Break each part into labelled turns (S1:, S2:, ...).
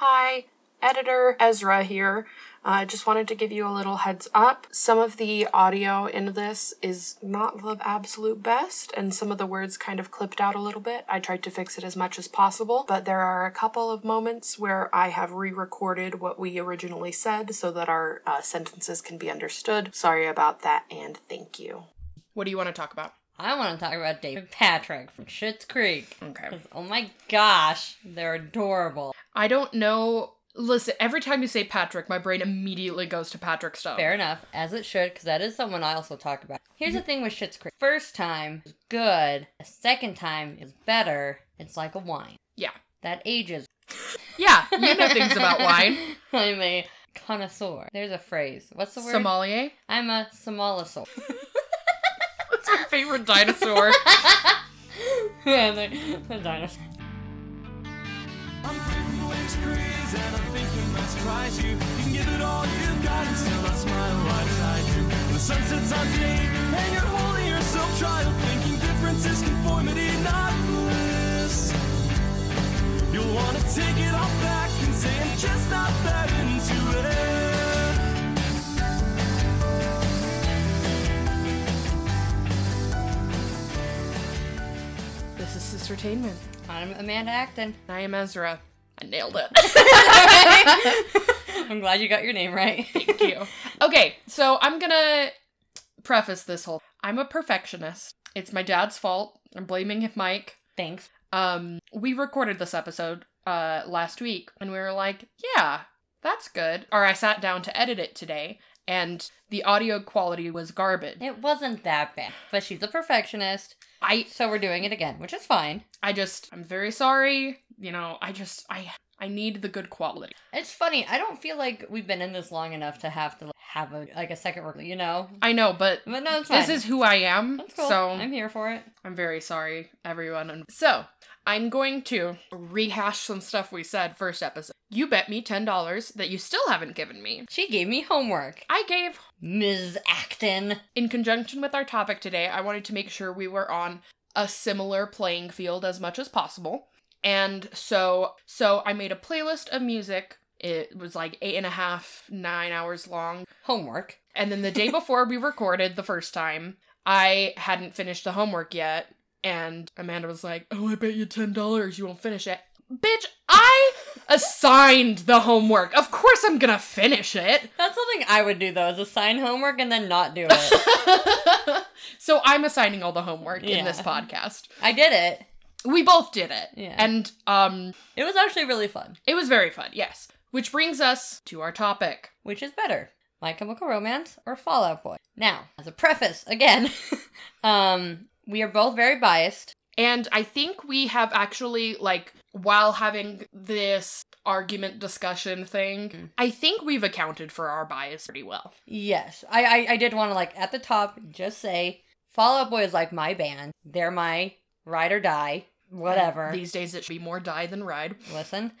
S1: Hi, editor Ezra here. I just wanted to give you a little heads up. Some of the audio in this is not the absolute best, and some of the words kind of clipped out a little bit. I tried to fix it as much as possible, but there are a couple of moments where I have re recorded what we originally said so that our uh, sentences can be understood. Sorry about that, and thank you.
S2: What do you want to talk about?
S3: I want to talk about David Patrick from Schitt's Creek.
S2: Okay.
S3: Oh my gosh, they're adorable.
S2: I don't know. Listen, every time you say Patrick, my brain immediately goes to Patrick Stone.
S3: Fair enough, as it should, because that is someone I also talk about. Here's the thing with Schitt's Creek: first time is good, the second time is better. It's like a wine
S2: Yeah.
S3: that ages.
S2: Yeah, you know things about wine.
S3: I'm a connoisseur. There's a phrase. What's the word?
S2: Sommelier.
S3: I'm a somolosaur.
S2: That's my favorite dinosaur.
S3: yeah, the, the dinosaur.
S4: I'm feeling the waves craze and I think you must rise. You, you can give it all you've got and still I smile wide as I do. The sun sets on today and you're holding yourself trial, thinking difference is conformity, not bliss. You'll want to take it all back and say I'm just not that into it.
S2: this is Sistertainment.
S3: I'm Amanda Acton.
S2: And I am Ezra. I nailed it.
S3: I'm glad you got your name right.
S2: Thank you. Okay, so I'm gonna preface this whole. I'm a perfectionist. It's my dad's fault. I'm blaming him, Mike.
S3: Thanks.
S2: Um, we recorded this episode uh last week, and we were like, yeah, that's good. Or I sat down to edit it today, and the audio quality was garbage.
S3: It wasn't that bad, but she's a perfectionist,
S2: I
S3: so we're doing it again, which is fine.
S2: I just I'm very sorry. You know, I just I I need the good quality.
S3: It's funny. I don't feel like we've been in this long enough to have to like, have a like a second work, you know.
S2: I know, but
S3: But no, it's fine.
S2: this is who I am.
S3: That's cool.
S2: So
S3: I'm here for it.
S2: I'm very sorry, everyone. And So, I'm going to rehash some stuff we said first episode. You bet me $10 that you still haven't given me.
S3: She gave me homework,
S2: I gave,
S3: Ms. Acton.
S2: in conjunction with our topic today, I wanted to make sure we were on a similar playing field as much as possible. And so, so I made a playlist of music. It was like eight and a half, nine hours long.
S3: Homework.
S2: And then the day before we recorded the first time, I hadn't finished the homework yet. And Amanda was like, Oh, I bet you $10 you won't finish it. Bitch, I assigned the homework. Of course I'm gonna finish it.
S3: That's something I would do though, is assign homework and then not do it.
S2: so I'm assigning all the homework in this
S3: Yeah.
S2: podcast.
S3: I did it.
S2: We both did it.
S3: Yeah.
S2: And um
S3: It was actually really fun,
S2: it was very fun, yes. Which brings us to our topic.
S3: which is better. My Chemical Romance or Fallout Boy. Now, as a preface, again, um, we are both very biased.
S2: And I think we have actually, like, while having this argument discussion thing,
S3: Mm.
S2: I think we've accounted for our bias pretty well.
S3: Yes, I I, I did want to like at the top just say Fallout Boy is like my band. They're my ride or die, whatever.
S2: These days it should be more die than ride.
S3: Listen,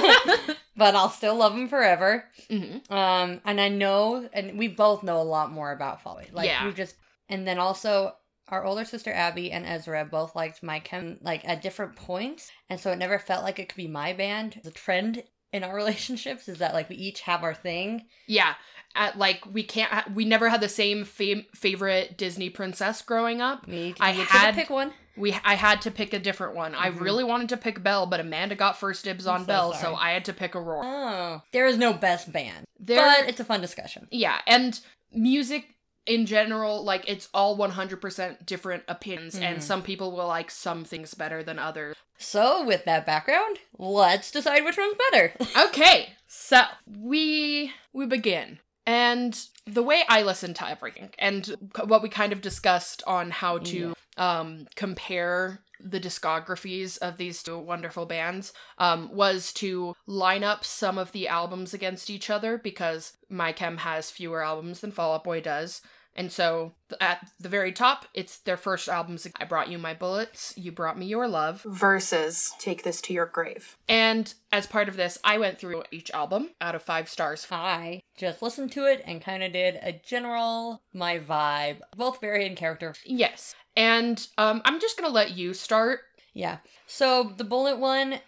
S3: but I'll still love them forever.
S2: hmm
S3: Um, and I know, and we both know a lot more about Fall Out. Like
S2: Yeah.
S3: we just, and then also our older sister Abby and Ezra both liked my chem like at different points, and so it never felt like it could be my band. The trend in our relationships is that like we each have our thing.
S2: Yeah. At, like, we can't, ha- we never had the same fam- favorite Disney princess growing up.
S3: Me,
S2: I
S3: you couldn't
S2: had-
S3: pick one.
S2: We, I had to pick a different one. I
S3: Mhm.
S2: really wanted to pick Belle, but Amanda got first dibs
S3: I'm
S2: on
S3: so
S2: Belle, so
S3: sorry.
S2: I had to pick Aurora.
S3: Oh, there is no best band,
S2: There,
S3: but it's a fun discussion.
S2: yeah, and music in general, like it's all 100% different opinions, and
S3: Mhm.
S2: some people will like some things better than others.
S3: So, with that background, let's decide which one's better.
S2: okay, so we we begin, and the way I listen to everything, and c- what we kind of discussed on how to um compare the discographies of these two wonderful bands um was to line up some of the albums against each other because my chem has fewer albums than fall out boy does and so th- at the very top it's their first albums i brought you my bullets you brought me your love
S1: Versus Take This to Your Grave.
S2: and as part of this, I went through each album out of five stars.
S3: I just listened to it and kind of did a general my vibe, both very in character.
S2: Yes. And um, I'm just going to let you start.
S3: Yeah. So the bullet one,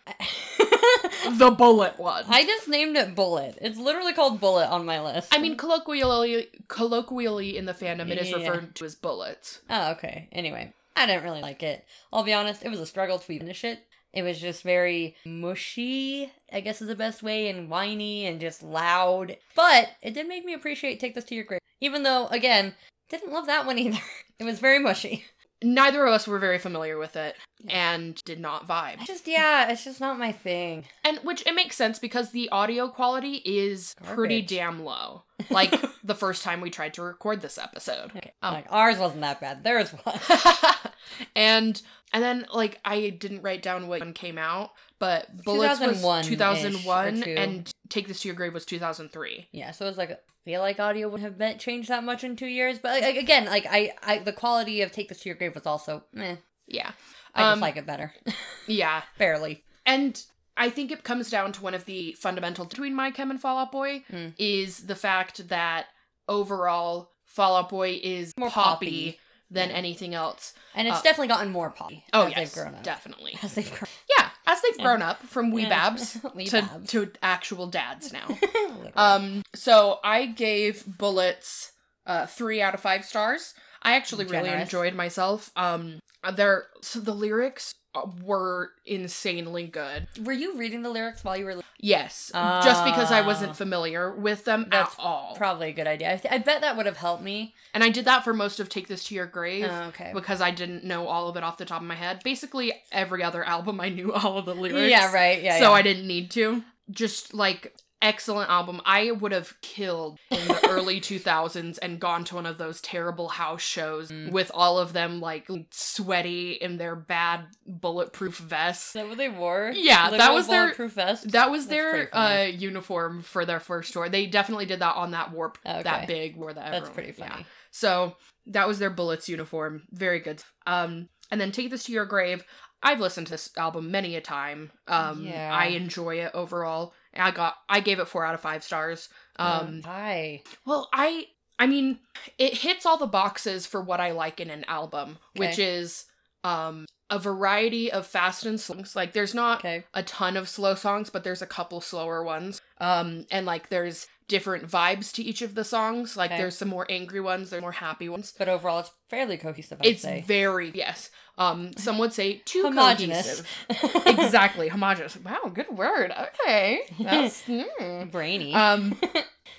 S2: the bullet one.
S3: I just named it Bullet. It's literally called Bullet on my list.
S2: I mean, colloquially, colloquially in the fandom, it is
S3: Yeah.
S2: referred to as bullets.
S3: Oh, okay. Anyway, I didn't really like it. I'll be honest, it was a struggle to finish it. It was just very mushy, I guess is the best way, and whiny and just loud. But it did make me appreciate Take This to Your Grave. Even though, again, didn't love that one either. It was very mushy.
S2: Neither of us were very familiar with it and did not
S3: I
S2: vibe.
S3: just, yeah, it's just not my thing.
S2: And which it makes sense because the audio quality is pretty
S3: Garbage.
S2: damn low. Like the first time we tried to record this episode.
S3: Okay.
S2: Um,
S3: Like, ours wasn't that bad. Theirs was.
S2: and and then like I didn't write down what one came out, but Bullets was
S3: 2001-ish or
S2: 2001
S3: two.
S2: and Take This to Your Grave was 2003.
S3: Yeah, so it's like I feel like audio wouldn't have been changed that much in two years, but like, again, like I, I, the quality of Take This to Your Grave was also meh.
S2: Yeah.
S3: I
S2: Um,
S3: just like it better,
S2: Yeah.
S3: barely.
S2: And I think it comes down to one of the fundamental between My Chem and Fall Out Boy
S3: Hmm.
S2: is the fact that overall Fall Out Boy is
S3: More
S2: more
S3: poppy.
S2: poppy, than
S3: Yeah.
S2: anything else.
S3: And it's
S2: Uh,
S3: definitely gotten more poppy.
S2: Oh
S3: as
S2: yes,
S3: they've grown up.
S2: definitely.
S3: As they've grown
S2: Yeah, as they've
S3: Yeah.
S2: grown up from wee
S3: Yeah.
S2: babs
S3: Wee
S2: to,
S3: babs.
S2: to actual dads now.
S3: Literally.
S2: Um, so I gave Bullets uh, three out of five stars. I actually really
S3: Generous.
S2: enjoyed myself. Um, there, so the lyrics uh, were insanely good.
S3: Were you reading the lyrics while you were?
S2: Yes, Uh, just because I
S3: Ah.
S2: wasn't familiar with them
S3: That's
S2: at all,
S3: Ah, Probably a good idea. I, th- I bet that would have helped me.
S2: and I did that for most of "Take This to Your Grave."
S3: Oh, okay.
S2: Because I didn't know all of it off the top of my head. Basically, every other album I knew all of the lyrics.
S3: Yeah. Right. Yeah.
S2: so
S3: yeah.
S2: I didn't need to. Just like excellent album. I would have killed in the early 2000s and gone to one of those terrible house shows
S3: Mm.
S2: with all of them like sweaty in their bad bulletproof vests.
S3: Is that what they wore?
S2: Yeah, that
S3: Literal
S2: was their-
S3: bulletproof vest.
S2: That was
S3: That's pretty
S2: their uh,
S3: funny.
S2: uniform for their first tour. They definitely did that on that warp,
S3: Oh, Okay.
S2: that big, where that
S3: That's
S2: everyone-
S3: pretty
S2: yeah.
S3: funny.
S2: So that was their Bullets uniform. Very good. Um, and then Take This to Your Grave. I've listened to this album many a time. Um,
S3: Yeah.
S2: I enjoy it overall. I got I gave it four out of five stars. Um,
S3: hi.
S2: well, I I mean, it hits all the boxes for what I like in an album, which is um a variety of fast and songs. Like there's not
S3: Okay.
S2: a ton of slow songs, but there's a couple slower ones. Um, and like there's different vibes to each of the songs. Like
S3: Okay.
S2: there's some more angry ones, there's more happy ones.
S3: But overall, it's fairly cohesive. I'd
S2: It's
S3: say.
S2: very yes. Um, some would say too
S3: homogenous.
S2: cohesive. exactly, homogenous. Wow, good word. Okay, that's hmm.
S3: Brainy.
S2: Um,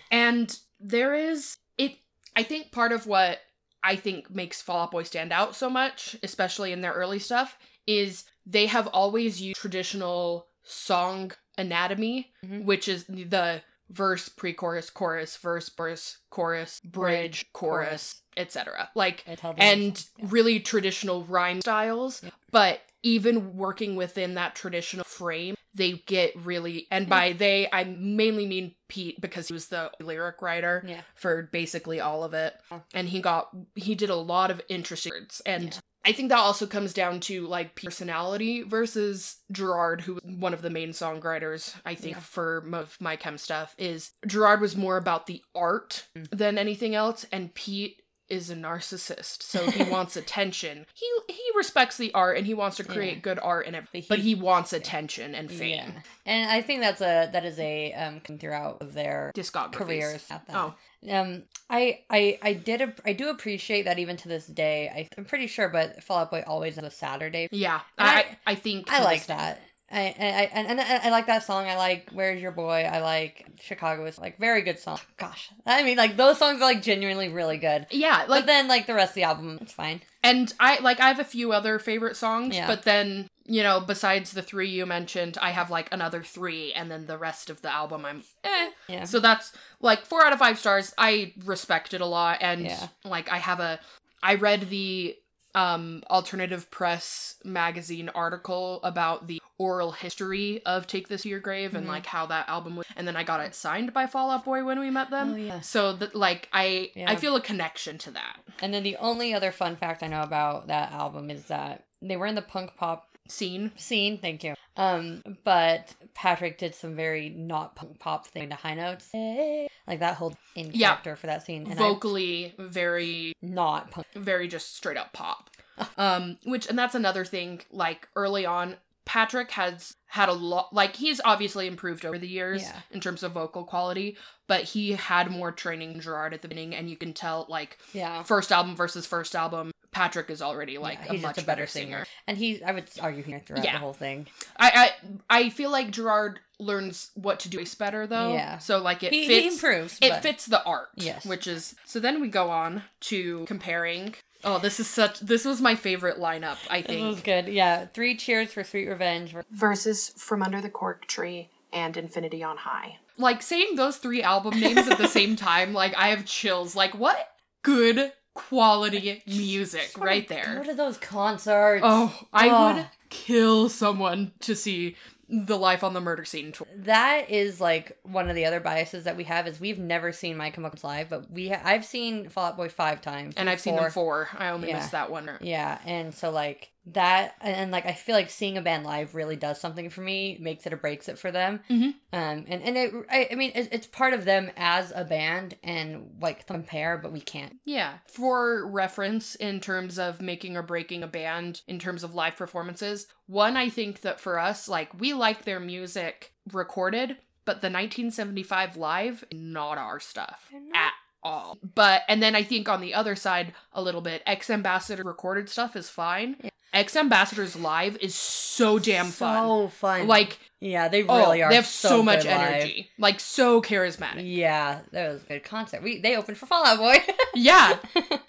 S2: and there is it. I think part of what I think makes Fall Out Boy stand out so much, especially in their early stuff, is they have always used traditional song anatomy,
S3: Mhm.
S2: which is the verse, pre-chorus, chorus, verse, verse, chorus, bridge, chorus,
S3: chorus.
S2: etc. Like
S3: I tell them
S2: and
S3: myself, yeah.
S2: really traditional rhyme styles
S3: Yeah.
S2: but even working within that traditional frame they get really and by they i mainly mean pete because he was the lyric writer
S3: Yeah.
S2: for basically all of it
S3: Yeah.
S2: and he got he did a lot of interesting words and
S3: Yeah.
S2: i think that also comes down to like personality versus gerard who was one of the main songwriters i think
S3: Yeah.
S2: for most of my chem stuff is gerard was more about the art
S3: Mm.
S2: than anything else and pete is a narcissist so he wants attention he he respects the art and he wants to create
S3: Yeah.
S2: good art and everything
S3: But
S2: but
S3: he-
S2: he wants attention and fame
S3: Yeah. And I think that's a that is a um throughout of their
S2: discographies
S3: careers at that.
S2: oh
S3: Um, I I I did ap- I do appreciate that even to this day. I, I'm pretty sure, but Fall Out Boy always has a Saturday.
S2: yeah
S3: And
S2: I,
S3: I-
S2: I think
S3: I
S2: to
S3: like
S2: this-
S3: that. I, I, I and, and I I like that song. I like "Where's Your Boy." I like "Chicago" is like very good song. Gosh, I mean, like those songs are like genuinely really good.
S2: yeah
S3: But
S2: like
S3: then, like the rest of the album, it's fine.
S2: And I like I have a few other favorite songs,
S3: Yeah.
S2: but then you know besides the three you mentioned, I have like another three, and then the rest of the album I'm eh.
S3: Yeah.
S2: So that's like four out of five stars. I respect it a lot, and
S3: Yeah.
S2: like I have a I read the um alternative press magazine article about the oral history of Take This to Your Grave and
S3: Mhm.
S2: like how that album was, and then I got it signed by Fall Out Boy when we met them.
S3: Oh, yeah.
S2: So that like I
S3: Yeah.
S2: I feel a connection to that
S3: And then the only other fun fact I know about that album is that they were in the punk pop
S2: scene.
S3: scene. Thank you. Um, but Patrick did some very not punk pop thing to high notes, Hey. like that whole in
S2: Yeah.
S3: character for that scene. And I,
S2: vocally very
S3: not punk.
S2: very just straight up pop um which and that's another thing like early on Patrick has had a lot, like, he's obviously improved over the years
S3: Yeah.
S2: in terms of vocal quality, but he had more training than Gerard at the beginning, and you can tell, like,
S3: Yeah.
S2: first album versus first album, Patrick is already, like,
S3: Oh. Yeah,
S2: a
S3: he's just
S2: much
S3: a better
S2: better,
S3: singer.
S2: singer.
S3: And he, I would argue, here throughout
S2: Yeah.
S3: the whole thing.
S2: I, I I feel like Gerard learns what to do better, though.
S3: Yeah.
S2: So, like, it
S3: he, he
S2: fits.
S3: improves.
S2: it
S3: but-
S2: fits the art
S3: Yes.
S2: which is so then we go on to comparing oh this is such this was my favorite lineup i
S3: This was
S2: think
S3: good. Yeah. Three cheers for Sweet Revenge.
S1: Versus From Under the Cork Tree and Infinity on High.
S2: like saying those three album names at the same time like i have chills like what good quality music
S3: Just wanna
S2: right
S3: Go
S2: there
S3: to those concerts.
S2: oh i
S3: Ah.
S2: would kill someone to see the life on the murder scene tour
S3: That is like one of the other biases that we have is we've never seen My Chemical Romance live, but we ha- I've seen Fall Out Boy five times,
S2: and i've seen them four i only
S3: Yeah.
S2: missed that one
S3: Yeah, and so like that, and, and, like I feel like seeing a band live really does something for me, makes it or breaks it for them.
S2: Mhm.
S3: Um, and and it, I, I mean, it's, it's part of them as a band, and like compare, but we can't.
S2: Yeah. For reference, in terms of making or breaking a band, in terms of live performances, one, I think that for us, like, we like their music recorded, but the 1975 live, not our stuff
S3: They're not-
S2: at all. But, and then I think on the other side, a little bit, ex ambassador recorded stuff is fine.
S3: Yeah.
S2: Ex ambassadors live is so damn fun.
S3: so fun.
S2: Like,
S3: yeah, they
S2: oh,
S3: really are.
S2: they have so, much
S3: good live.
S2: energy, like, so charismatic.
S3: Yeah, that was a good concert. We they opened for Fallout Boy.
S2: yeah.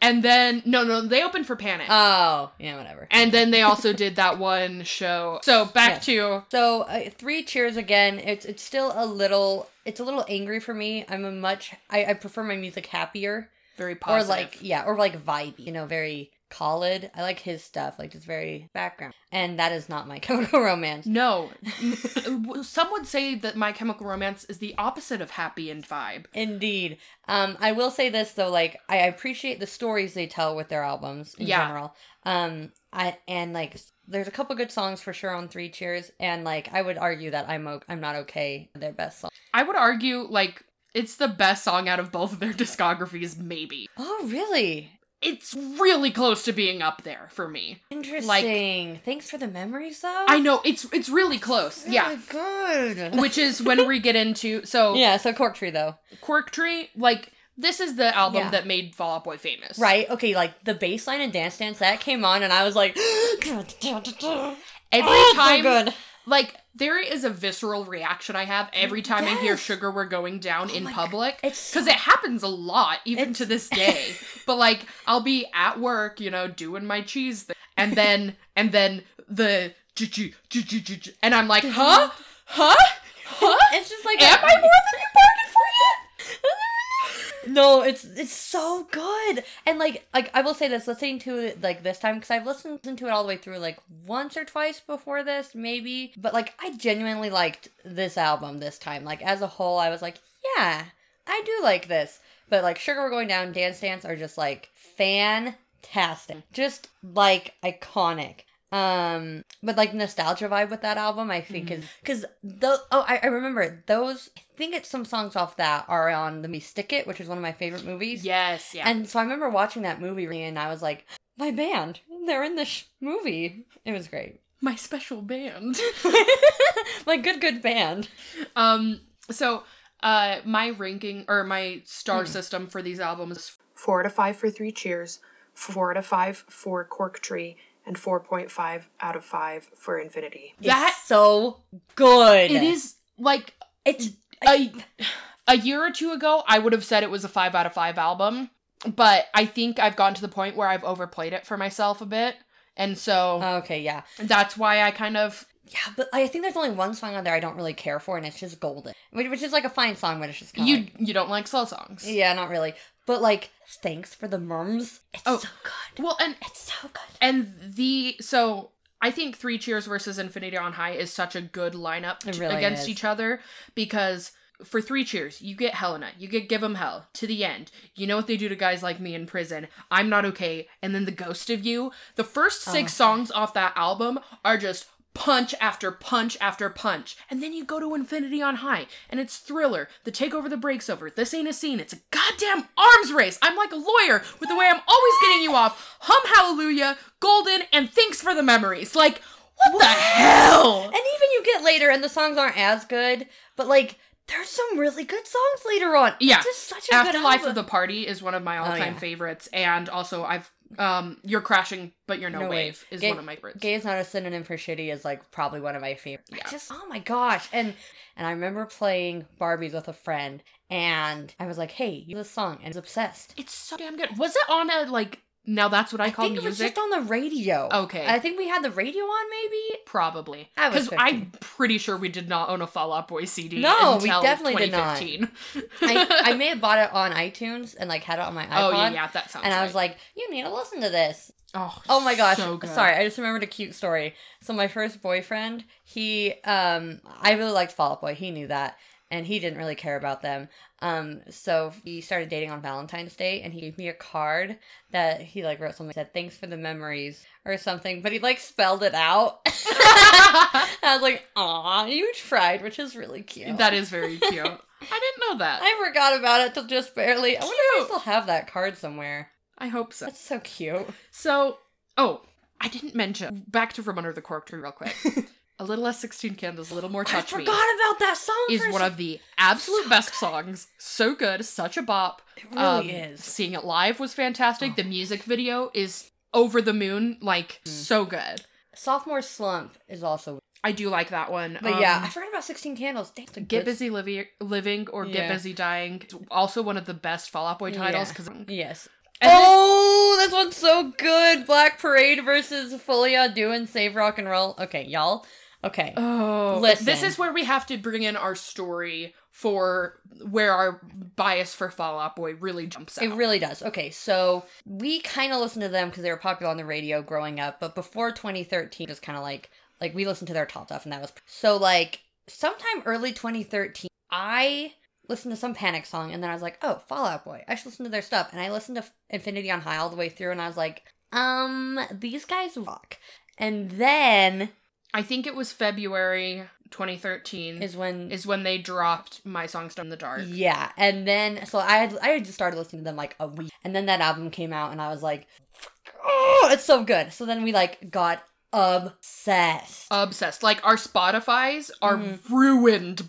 S2: And then, no, no, they opened for Panic.
S3: oh, yeah, whatever.
S2: And then they also did that one show. So back to
S3: So uh, three cheers again. It's it's still a little it's a little angry for me. I'm a much I, I prefer my music happier
S2: very positive.
S3: or like yeah or like vibey. You know, very Khalid. I like his stuff like just very background. And that is not my Chemical Romance.
S2: no, some would say that My Chemical Romance is the opposite of happy and vibe.
S3: Indeed. Um, I will say this though, like I appreciate the stories they tell with their albums in
S2: Yeah.
S3: general. Um, I and like s- there's a couple good songs for sure on Three Cheers, and like I would argue that I'm o- I'm not okay. Their best song.
S2: I would argue like it's the best song out of both of their discographies. Maybe
S3: Oh really?
S2: it's really close to being up there for me.
S3: Interesting. Thanks for the memories though.
S2: I know it's it's really close. Yeah.
S3: Good.
S2: Which is when we get into so
S3: yeah, so Cork Tree though.
S2: Cork Tree. Like this is the album
S3: Yeah.
S2: that made Fall Out Boy famous.
S3: Right? Okay, like the bass line and dance dance that came on and I was like
S2: Every
S3: Oh, so
S2: time
S3: good.
S2: like there is a visceral reaction I have every time I hear
S3: Yes.
S2: sugar we're going down in
S3: my
S2: public
S3: God. It's
S2: cuz it happens a lot even to this day. but like I'll be at work, you know, doing my cheese thing and then and then the ju- ju- ju- ju- ju- ju- and I'm like, "Huh? Huh? Huh?
S3: It's just like
S2: Am I more than you bargained for yet?"
S3: No, it's it's so good. And like like I will say this, listening to it like this time because I've listened to it all the way through like once or twice before this, maybe. But like I genuinely liked this album this time. Like as a whole, I was like, yeah, I do like this. But like Sugar We're Going Down, Dance Dance are just like fantastic. Just like iconic. Um, but like nostalgia vibe with that album, I think
S2: Mm-hmm.
S3: is because the oh, I, I remember those. I think it's some songs off that are on the Me Stick It, which is one of my favorite movies.
S2: Yes, yeah.
S3: and so I remember watching that movie and I was like, my band, they're in this sh- movie. It was great.
S2: my special band.
S3: like good, good band.
S2: um so uh my ranking or my star system for these albums is
S1: Four out of five for Three Cheers, four out of five for Cork Tree, and 4.5 out of five for Infinity.
S2: That-
S3: it's so good.
S2: it is like
S3: It's
S2: a, a year or two ago, I would have said it was a five out of five album, but I think I've gotten to the point where I've overplayed it for myself a bit. And so
S3: okay. Yeah,
S2: that's why I kind of.
S3: yeah. But I think there's only one song on there I don't really care for, and it's just Golden, which, which is like a fine song, but it's just kinda
S2: You
S3: like-
S2: you don't like slow songs.
S3: Yeah, not really. But like, thanks for the merms. It's
S2: Oh.
S3: so good.
S2: Well, and
S3: It's so good.
S2: and the so I think Three Cheers versus Infinity on High is such a good lineup
S3: It
S2: t-
S3: really
S2: against
S3: is.
S2: each other because for Three Cheers you get Helena, you get Give 'Em Hell to the end. You know what they do to guys like me in prison? I'm not okay, and then the Ghost of You. The first six songs off that album are just punch after punch after punch, and then you go to Infinity on High, and it's Thriller, The Takeover, The Breaks Over. This ain't a scene. It's a goddamn arms race. I'm like a lawyer with the way I'm always getting you off. Hum Hallelujah, Golden, and Thanks for the Memories. Like. What the hell?
S3: And even you get later, and the songs aren't as good, but like there's some really good songs later on.
S2: Yeah.
S3: it's just such a good
S2: Afterlife
S3: album.
S2: of the Party is one of my all-time
S3: Oh, yeah.
S2: favorites, and also I've um You're Crashing But You're No,
S3: No
S2: wave,
S3: Wave.
S2: is
S3: Gay-
S2: one of my favorites.
S3: Gay is not a synonym for shitty is like probably one of my favorite.
S2: Yeah.
S3: I just oh my gosh. And and I remember playing Barbies with a friend and I was like, hey, you this song and I was obsessed.
S2: It's so damn good. Was it on a like now that's what I, call
S3: think it was
S2: music?
S3: just on the radio.
S2: okay.
S3: I think we had the radio on maybe.
S2: Probably.
S3: I was
S2: Because I'm
S3: 15.
S2: pretty sure we did not own a Fall Out Boy CD.
S3: No, we
S2: until
S3: definitely did not.
S2: 2015.
S3: I, I may have bought it on iTunes and like had it on my iPod.
S2: oh, yeah, yeah, that sounds
S3: And I was
S2: right.
S3: like, you need to listen to this.
S2: oh,
S3: Oh my gosh.
S2: so good.
S3: Sorry, I just remembered a cute story. So my first boyfriend, he um I really liked Fall Out Boy, he knew that. And he didn't really care about them. Um, so he started dating on Valentine's Day and he gave me a card that he like wrote something that said, Thanks for the memories or something, but he like spelled it out. I was like, Aw, you tried, which is really cute.
S2: That is very cute. I didn't know that.
S3: I forgot about it till just barely. I wonder if I
S2: Cute.
S3: still have that card somewhere.
S2: I hope so.
S3: That's so cute.
S2: So, oh, I didn't mention. Back to From Under the Cork Tree, real quick. a little less 16 Candles, a little more
S3: I
S2: Touch
S3: forgot
S2: Me
S3: about that song.
S2: is
S3: for a
S2: one of the absolute best songs. So good, such a bop.
S3: It Oh.
S2: Um, Seeing it live was fantastic. The music video is over the moon, like
S3: Mm.
S2: so good.
S3: Sophomore slump is also.
S2: I do like that one.
S3: But
S2: Um,
S3: yeah, I forgot about Sixteen Candles. Dang, it's a
S2: Get
S3: good-
S2: Busy Livi- Living or Get
S3: Yeah.
S2: Busy Dying. It's Also one of the best Fall Out Boy titles.
S3: Yeah.
S2: Cause,
S3: Yes.
S2: And then-
S3: oh, this one's so good. Black Parade versus Folia doing Save Rock and Roll. Okay, y'all. Okay.
S2: Oh,
S3: Listen.
S2: this is where we have to bring in our story for where our bias for Fall Out Boy really jumps out.
S3: It really does. Okay, so we kind of listened to them because they were popular on the radio growing up, but before 2013, just kind of like like we listened to their top stuff, and that was so like sometime early 2013, I listened to some Panic song, and then I was like, oh, Fallout Boy, I should listen to their stuff, and I listened to Infinity on High all the way through, and I was like, um, these guys rock, and then
S2: I think it was February 2013 is,
S3: is when
S2: when they dropped My Songs Done in the Dark.
S3: Yeah, and then so I had I had just started listening to them like a week, and then that album came out, and I was like, oh, it's so good. So then we like got obsessed.
S2: Obsessed. Like, our Spotify's are
S3: Mm-hmm.
S2: ruined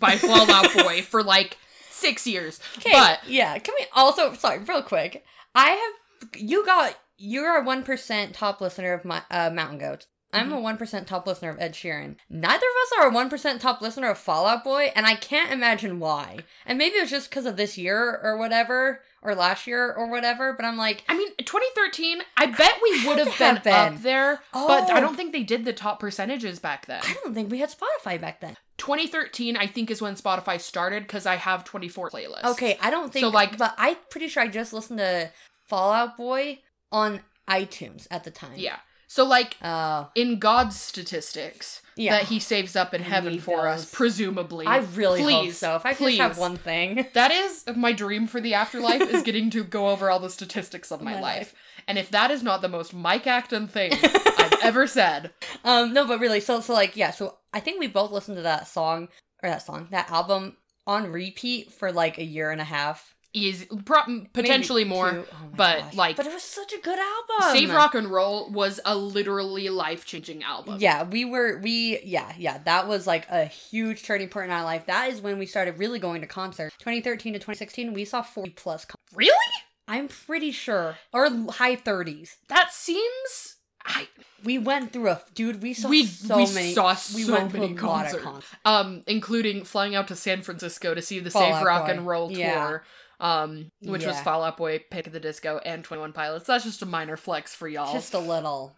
S2: by Fall Out Boy for like six years.
S3: Okay,
S2: But
S3: yeah, can we also sorry real quick? I have you got you're a one percent top listener of my uh, Mountain Goats. I'm a one percent top listener of Ed Sheeran. Neither of us are a one percent top listener of Fallout Boy, and I can't imagine why. And maybe it was just because of this year or whatever, or last year or whatever. But I'm like,
S2: I mean, 2013, I bet we would have
S3: to
S2: been,
S3: have been.
S2: up there, but I
S3: Oh.
S2: don't think they did the top percentages back then.
S3: I don't think we had Spotify back then.
S2: 2013, I think, is when Spotify started because I have 24 playlists.
S3: Okay, I don't think
S2: So, like-
S3: but I'm pretty sure I just listened to Fallout Boy on iTunes at the time.
S2: Yeah. So, like,
S3: Uh,
S2: in God's statistics
S3: Yeah.
S2: that he saves up in
S3: We
S2: heaven
S3: need
S2: for us,
S3: those.
S2: presumably.
S3: I really hope
S2: please,
S3: so. If I could
S2: please.
S3: just have one thing.
S2: That is my dream for the afterlife is getting to go over all the statistics of my,
S3: My
S2: life. And if that is not the most Mike Acton thing I've ever said,
S3: Um, no, but really, so so like yeah, so I think we both listened to that song or that song that album on repeat for like a year and a half,
S2: is pro-
S3: Maybe
S2: potentially more.
S3: two. Oh my
S2: but,
S3: gosh.
S2: like-
S3: but it was such a good album.
S2: Save Rock and Roll was a literally life changing album.
S3: Yeah, we were we yeah, yeah, that was like a huge turning point in our life. That is when we started really going to concerts. 2013 to 2016, we saw 40 plus con-
S2: Really?
S3: I'm pretty sure or l- high 30s.
S2: That seems. I,
S3: We went through a dude, we saw
S2: We-
S3: so
S2: we
S3: many
S2: saw
S3: we
S2: so
S3: went to
S2: many
S3: a lot of
S2: concerts.
S3: concerts.
S2: um, including flying out to San Francisco to see the
S3: Fall
S2: Save
S3: Out
S2: Rock
S3: Boy.
S2: and Roll
S3: Yeah.
S2: tour, um, which was
S3: Yeah.
S2: Fall Out Boy, Pick of the Disco, and Twenty One Pilots. That's just a minor flex for y'all.
S3: Just a little.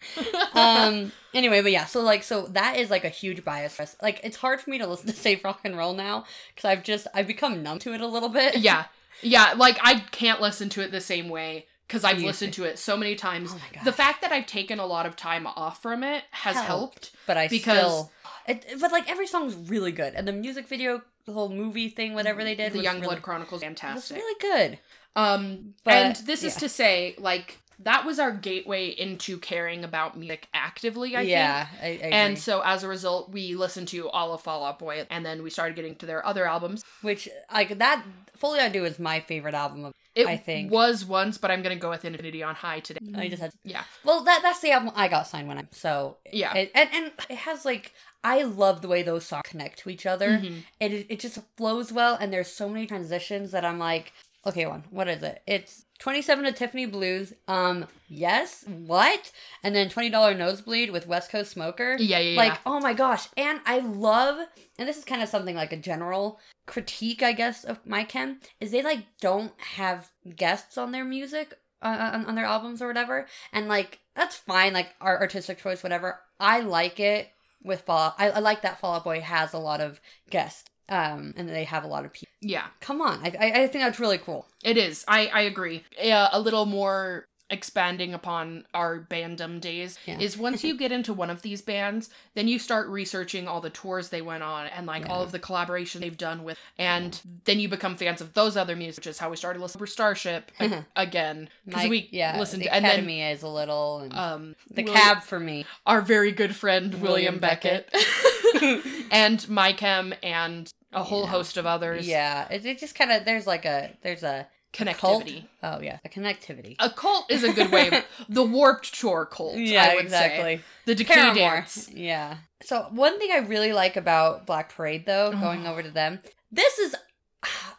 S3: um anyway, but yeah, so like so that is like a huge bias for us. Like it's hard for me to listen to Save Rock and Roll now cuz I've just I've become numb to it a little bit.
S2: yeah, yeah. Like I can't listen to it the same way because I've
S3: You-
S2: listened to it so many times.
S3: Oh my gosh.
S2: the fact that I've taken a lot of time off from it has helped.
S3: Helped. but I
S2: because-
S3: still. It, it- but like every song's really good, and the music video, the whole movie thing, whatever they did,
S2: the
S3: was
S2: Young
S3: really,
S2: Blood Chronicles,
S3: was
S2: fantastic.
S3: really good.
S2: Um,
S3: But,
S2: and this is
S3: yeah.
S2: to say, like, that was our gateway into caring about music actively. I think.
S3: yeah, I, I agree.
S2: And so as a result, we listened to all of Fall Out Boy, and then we started getting to their other albums.
S3: which like that Fully I Do is my favorite album of
S2: It
S3: I think.
S2: was once, but I'm gonna go with Infinity on High today.
S3: I just had
S2: Yeah,
S3: well that that's the album I got signed when I'm so
S2: yeah.
S3: it, and and it has like I love the way those songs connect to each other.
S2: Mhm.
S3: It it just flows well, and there's so many transitions that I'm like, okay, one, what is it? It's 27 to Tiffany Blues. Um, yes, what? And then twenty dollar nosebleed with West Coast Smoker.
S2: Yeah, yeah,
S3: Like,
S2: yeah.
S3: oh my gosh. And I love, and this is kind of something like a general critique, I guess, of my chem is they like don't have guests on their music, uh, on, on their albums or whatever. And like, that's fine, like our artistic choice, whatever. I like it with Fall. I, I like that Fall Out Boy has a lot of guests, um, and they have a lot of people.
S2: yeah.
S3: Come on, I, I, I think that's really cool.
S2: It is. I I agree. Uh, a little more expanding upon our bandom days
S3: Yeah.
S2: is once you get into one of these bands, then you start researching all the tours they went on and like all
S3: Yeah.
S2: of the collaboration they've done with, and then you become fans of those other music, which is how we started listening to Starship a- again because
S3: My,
S2: we
S3: Uh-huh. yeah,
S2: listened
S3: the
S2: to and then
S3: Academy is a little, and
S2: um
S3: the
S2: Will-
S3: cab for me.
S2: our very good friend William,
S3: William
S2: Beckett, and My Chem and a whole
S3: Yeah.
S2: host of others.
S3: Yeah, it, it just kind of there's like a there's a
S2: connectivity.
S3: cult. Oh yeah, a connectivity.
S2: A cult is a good way. of- the warped tour cult. I would Say. The decay
S3: Paramore.
S2: dance.
S3: Yeah. So one thing I really like about Black Parade though, going over to them, this is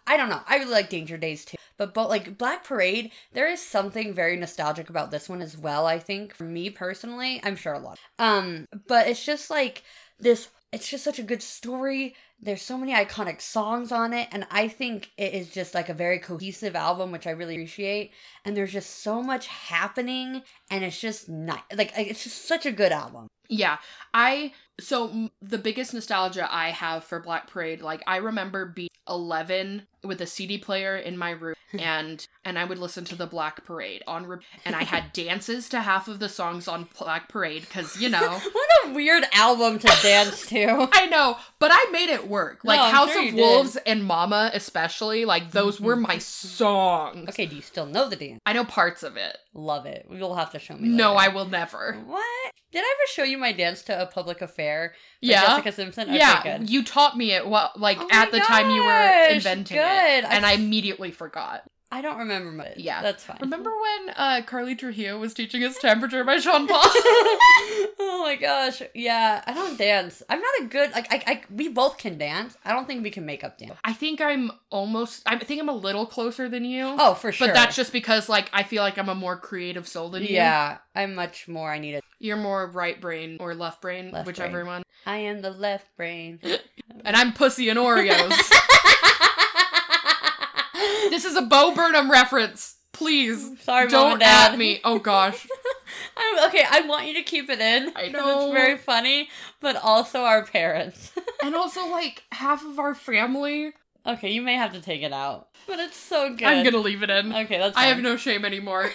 S3: I don't know. I really like Danger Days too. But but like Black Parade, there is something very nostalgic about this one as well, I think. For me personally, I'm sure a lot. Um, but it's just like this it's just such a good story. There's so many iconic songs on it, and I think it is just like a very cohesive album, which I really appreciate. And there's just so much happening, and it's just not like it's just such a good album.
S2: Yeah. I so m- the biggest nostalgia I have for Black Parade, like I remember being 11 with a CD player in my room and and I would listen to the Black Parade on re- and I had dances to half of the songs on Black Parade cuz you know
S3: What a weird album to dance to.
S2: I know, but I made it work. Like
S3: No, I'm
S2: House
S3: sure you
S2: of
S3: did. Mm-hmm.
S2: Wolves and Mama especially, like those were my songs.
S3: Okay, do you still know the dance?
S2: I know parts of it.
S3: Love it. You'll have to show me.
S2: No, I
S3: later.
S2: will never.
S3: What? Did I ever show you my dance to a public affair? by
S2: Yeah.
S3: Jessica Simpson. Okay,
S2: yeah,
S3: Good.
S2: you taught me it while, like
S3: Oh my
S2: at the time you were
S3: gosh,
S2: inventing
S3: good.
S2: it,
S3: I-
S2: and I immediately forgot.
S3: I don't remember much.
S2: Yeah.
S3: that's fine.
S2: Remember when uh, Carly Trujillo was teaching us "Temperature" by Sean Paul?
S3: oh my gosh. Yeah, I don't dance. I'm not a good like I, I we both can dance. I don't think we can make up dance.
S2: I think I'm almost. I think I'm a little closer than you.
S3: Oh, for
S2: but
S3: sure.
S2: that's just because like I feel like I'm a more creative soul than you.
S3: Yeah, I'm much more I need it.
S2: you're more right brain or left brain,
S3: Left
S2: whichever
S3: brain.
S2: one.
S3: I am the left brain.
S2: And I'm pussy and Oreos. this is a Bo Burnham reference. Please
S3: Sorry, Mom and
S2: don't
S3: Dad.
S2: at me. Oh gosh,
S3: I'm, okay, I want you to keep it in. 'cause
S2: I know.
S3: It's very funny, but also our parents.
S2: and also like half of our family.
S3: okay, you may have to take it out, but it's so good.
S2: I'm gonna leave it in.
S3: Okay, that's.
S2: I have
S3: fine.
S2: no shame anymore.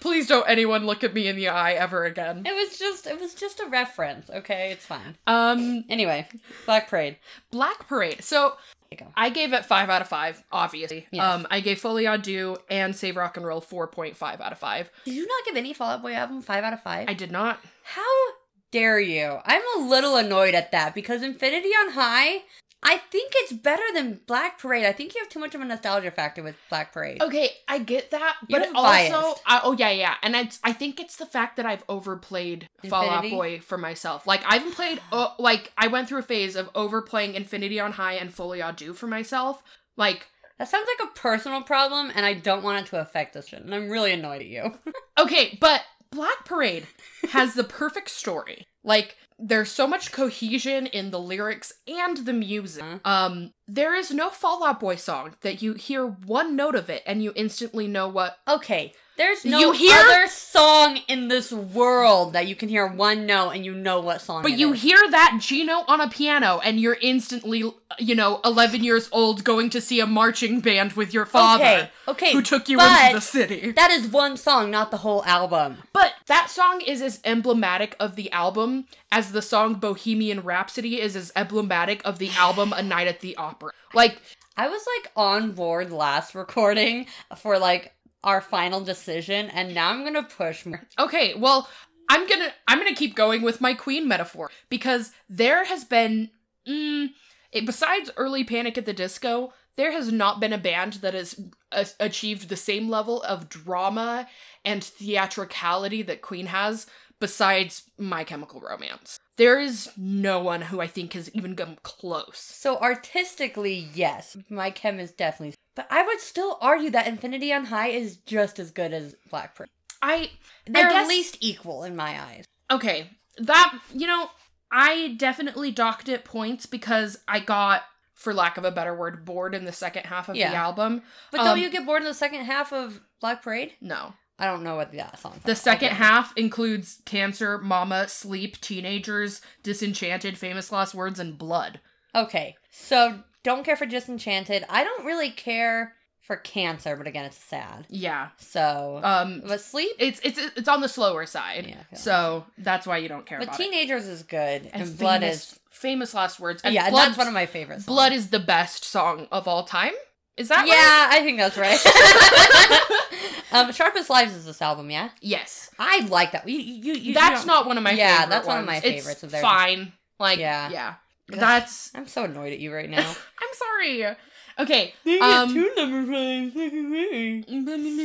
S2: Please don't anyone look at me in the eye ever again.
S3: It was just. It was just a reference. Okay, it's fine.
S2: Um,
S3: Anyway, Black Parade.
S2: Black Parade. So
S3: There you go.
S2: I gave it five out of five, obviously.
S3: Yes.
S2: Um, I gave Foley Ado and Save Rock and Roll four point five out of five.
S3: Did you not give any Fall Out Boy album five out of five?
S2: I did not.
S3: How dare you? I'm a little annoyed at that because Infinity on High. I think it's better than Black Parade. I think you have too much of a nostalgia factor with Black Parade.
S2: Okay, I get that,
S3: You're
S2: but it
S3: biased.
S2: also, I, oh yeah, yeah, and I, I think it's the fact that I've overplayed Fallout
S3: Infinity?
S2: Boy for myself. Like I've played, oh, like I went through a phase of overplaying Infinity on High and Foley Ado for myself. Like
S3: That sounds like a personal problem, and I don't want it to affect us. And I'm really annoyed at you.
S2: Okay, but Black Parade has the perfect story. Like there's so much cohesion in the lyrics and the music.
S3: Mhm.
S2: Um there is no Fallout Boy song that you hear one note of it and you instantly know what
S3: Okay, there's no
S2: You hear-
S3: other song in this world that you can hear one note and you know what song.
S2: but
S3: it
S2: you
S3: is.
S2: hear that Gino on a piano and you're instantly, you know, 11 years old going to see a marching band with your father
S3: Okay, okay,
S2: who took you
S3: but
S2: into the city.
S3: That is one song, not the whole album.
S2: But that song is as emblematic of the album as the song Bohemian Rhapsody is as emblematic of the album A Night at the Opera. Like,
S3: I was like on board last recording for like our final decision, and now I'm gonna push more.
S2: okay, well, I'm gonna I'm gonna keep going with my Queen metaphor because there has been, mm, it, besides early Panic at the Disco, there has not been a band that has a- achieved the same level of drama and theatricality that Queen has, besides My Chemical Romance. There is no one who I think has even come close.
S3: So artistically, yes, my chem is definitely. But I would still argue that Infinity on High is just as good as Black Pearl.
S2: I
S3: They're
S2: guess-
S3: at least equal in my eyes.
S2: okay that you know I definitely docked it points because I got, for lack of a better word, bored in the second half of
S3: Yeah.
S2: the album.
S3: But don't
S2: Um,
S3: you get bored in the second half of Black Parade?
S2: No,
S3: I don't know what that song.
S2: The second half includes cancer, mama, sleep, teenagers, disenchanted, famous last words, and blood.
S3: Okay, so don't care for Disenchanted. I don't really care for Cancer, but again, it's sad.
S2: Yeah.
S3: So,
S2: Um.
S3: but Sleep,
S2: It's it's it's on the slower side.
S3: Yeah, I feel
S2: so that's why you don't care
S3: but
S2: about it.
S3: Teenagers is good, and,
S2: And
S3: Blood
S2: famous,
S3: is
S2: famous last words. And
S3: yeah,
S2: blood,
S3: that's one of my favorites.
S2: blood is the best song of all time. Is that
S3: yeah,
S2: right?
S3: I think that's right. um, Sharpest Lives is this album, yeah.
S2: Yes.
S3: I like that. You, you, you, you
S2: that's
S3: don't-
S2: not one of my
S3: Yeah,
S2: favorite
S3: that's one of
S2: ones.
S3: my favorites, so
S2: It's
S3: they're just-
S2: fine. Like
S3: Yeah.
S2: yeah. yeah.
S3: Ugh.
S2: That's
S3: I'm so annoyed at you right now.
S2: I'm sorry. Okay.
S3: You get
S2: Um,
S3: two number fives.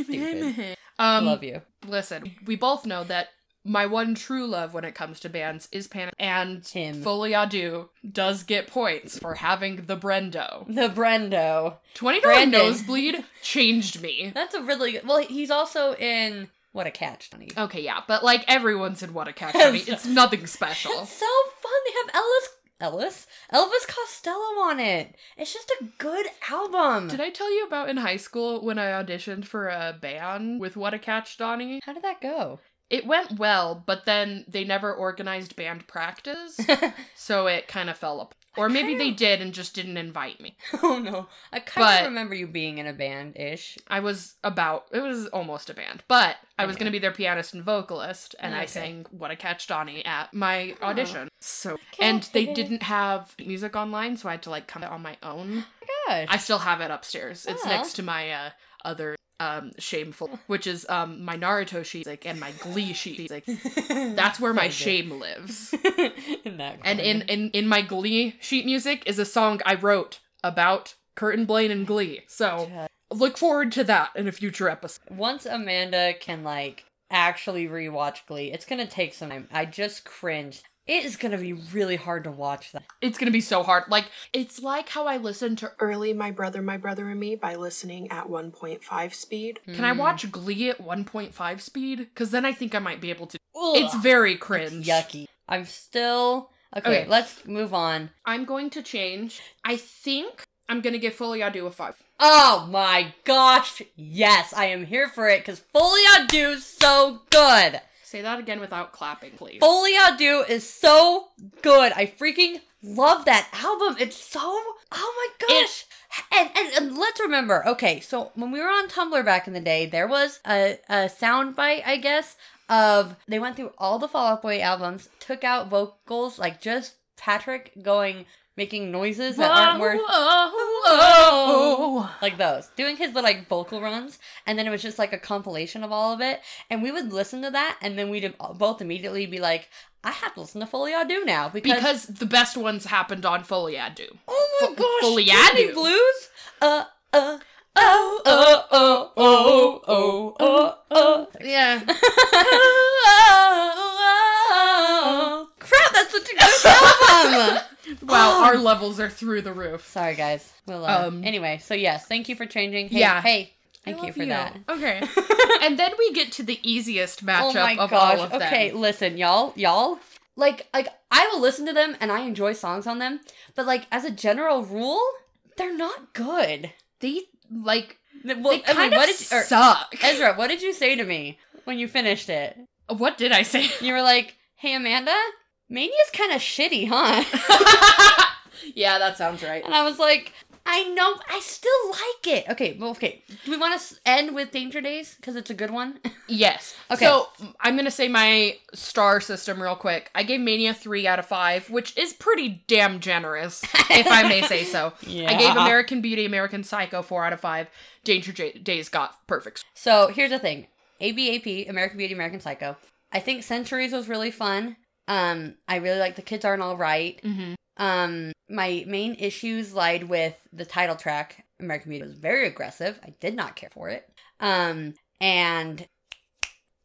S3: Stupid.
S2: Um
S3: Love you.
S2: listen, we both know that my one true love when it comes to bands is Panic and
S3: Tim.
S2: Foliadu does get points for having the Brendo.
S3: The Brendo.
S2: Twenty dollar
S3: Brandon.
S2: nosebleed changed me.
S3: That's a really good. Well, he's also in What a Catch, Tony.
S2: Okay, yeah, but like everyone said, what a catch! I mean, it's nothing special.
S3: It's so fun. They have Ellis, Ellis, Elvis Costello on it. It's just a good album.
S2: Did I tell you about in high school when I auditioned for a band with What a Catch Donnie?
S3: How did that go?
S2: It went well, but then they never organized band practice, so it kind of fell apart. Or maybe they did and just didn't invite me.
S3: oh no, I kind
S2: But-
S3: of remember you being in a band ish.
S2: I was about it was almost a band, but I was
S3: Okay.
S2: gonna be their pianist and vocalist, and I
S3: Okay.
S2: sang "What a Catch, Donnie" at my
S3: Oh.
S2: audition. So and they didn't have music online, so I had to like come on my own.
S3: Gosh.
S2: I still have it upstairs. It's
S3: Oh.
S2: next to my uh, other um shameful, which is um my Naruto sheet like, and my Glee sheet. Like, that's where
S3: So
S2: my
S3: good.
S2: shame lives.
S3: in that
S2: And in,
S3: corner.
S2: in in my Glee sheet music is a song I wrote about Curtin Blaine and Glee. So look forward to that in a future episode.
S3: once Amanda can like actually rewatch Glee, it's gonna take some time. I just cringed. It is gonna be really hard to watch that.
S2: It's gonna be so hard. Like it's like how I listened to.
S1: Early My Brother, My Brother and Me by listening at 1.5 speed.
S2: Can I
S3: Mm.
S2: watch Glee at 1.5 speed? Because then I think I might be able to.
S3: Ugh.
S2: It's very
S3: It's
S2: cringe.
S3: yucky. I'm still okay.
S2: Okay.
S3: Let's move on.
S2: I'm going to change. I think I'm gonna give Foliadu a five.
S3: Oh my gosh! Yes, I am here for it because Folia Do so good.
S2: Say that again without clapping, please.
S3: Folia Do is so good. I freaking love that album. It's so oh my gosh. and, and and let's remember. Okay, so when we were on Tumblr back in the day, there was a a soundbite, I guess, of they went through all the Fall Out Boy albums, took out vocals like just Patrick going making noises that aren't worth
S2: Whoa.
S3: like those doing his little like vocal runs and then it was just like a compilation of all of it and we would listen to that and then we'd both immediately be like i have to listen to folia do now because,
S2: Because the best ones happened on Foliadu.
S3: oh my
S2: Fo-
S3: gosh
S2: Folia
S3: Disney
S2: Do.
S3: blues uh uh Oh, oh, oh, oh, oh, oh, oh.
S2: Yeah.
S3: Crap, that's such a good album!
S2: Wow,
S3: Oh.
S2: our levels are through the roof.
S3: Sorry, guys. We'll, uh,
S2: Um,
S3: anyway, so yes, thank you for changing. Hey,
S2: Yeah.
S3: hey,
S2: I
S3: thank you for
S2: love
S3: that.
S2: Okay. Oh and then we get to the easiest matchup of all of them.
S3: Oh Okay, listen, y'all, y'all. Like, like I will listen to them and I enjoy songs on them, but like as a general rule, they're not good.
S2: They like
S3: Well,
S2: they kind of
S3: what did you, or,
S2: suck.
S3: Ezra, what did you say to me when you finished it?
S2: What did I say?
S3: You were like, "Hey, Amanda, Mania's kind of shitty, huh?"
S2: yeah, that sounds right.
S3: and I was like, "I know, I still like it." Okay, well, okay. Do we want to end with Danger Days because it's a good one?
S2: Yes.
S3: Okay.
S2: So I'm gonna say my star system real quick. I gave Mania three out of five, which is pretty damn generous, if I may say so.
S3: yeah.
S2: I gave American Beauty, American Psycho four out of five. Danger J- Days got perfect.
S3: So here's the thing: ABAP, American Beauty, American Psycho. I think Centuries was really fun. Um, I really like the kids aren't all right.
S2: Mm-hmm.
S3: Um, my main issues lied with the title track, American Beauty was very aggressive. I did not care for it. Um, and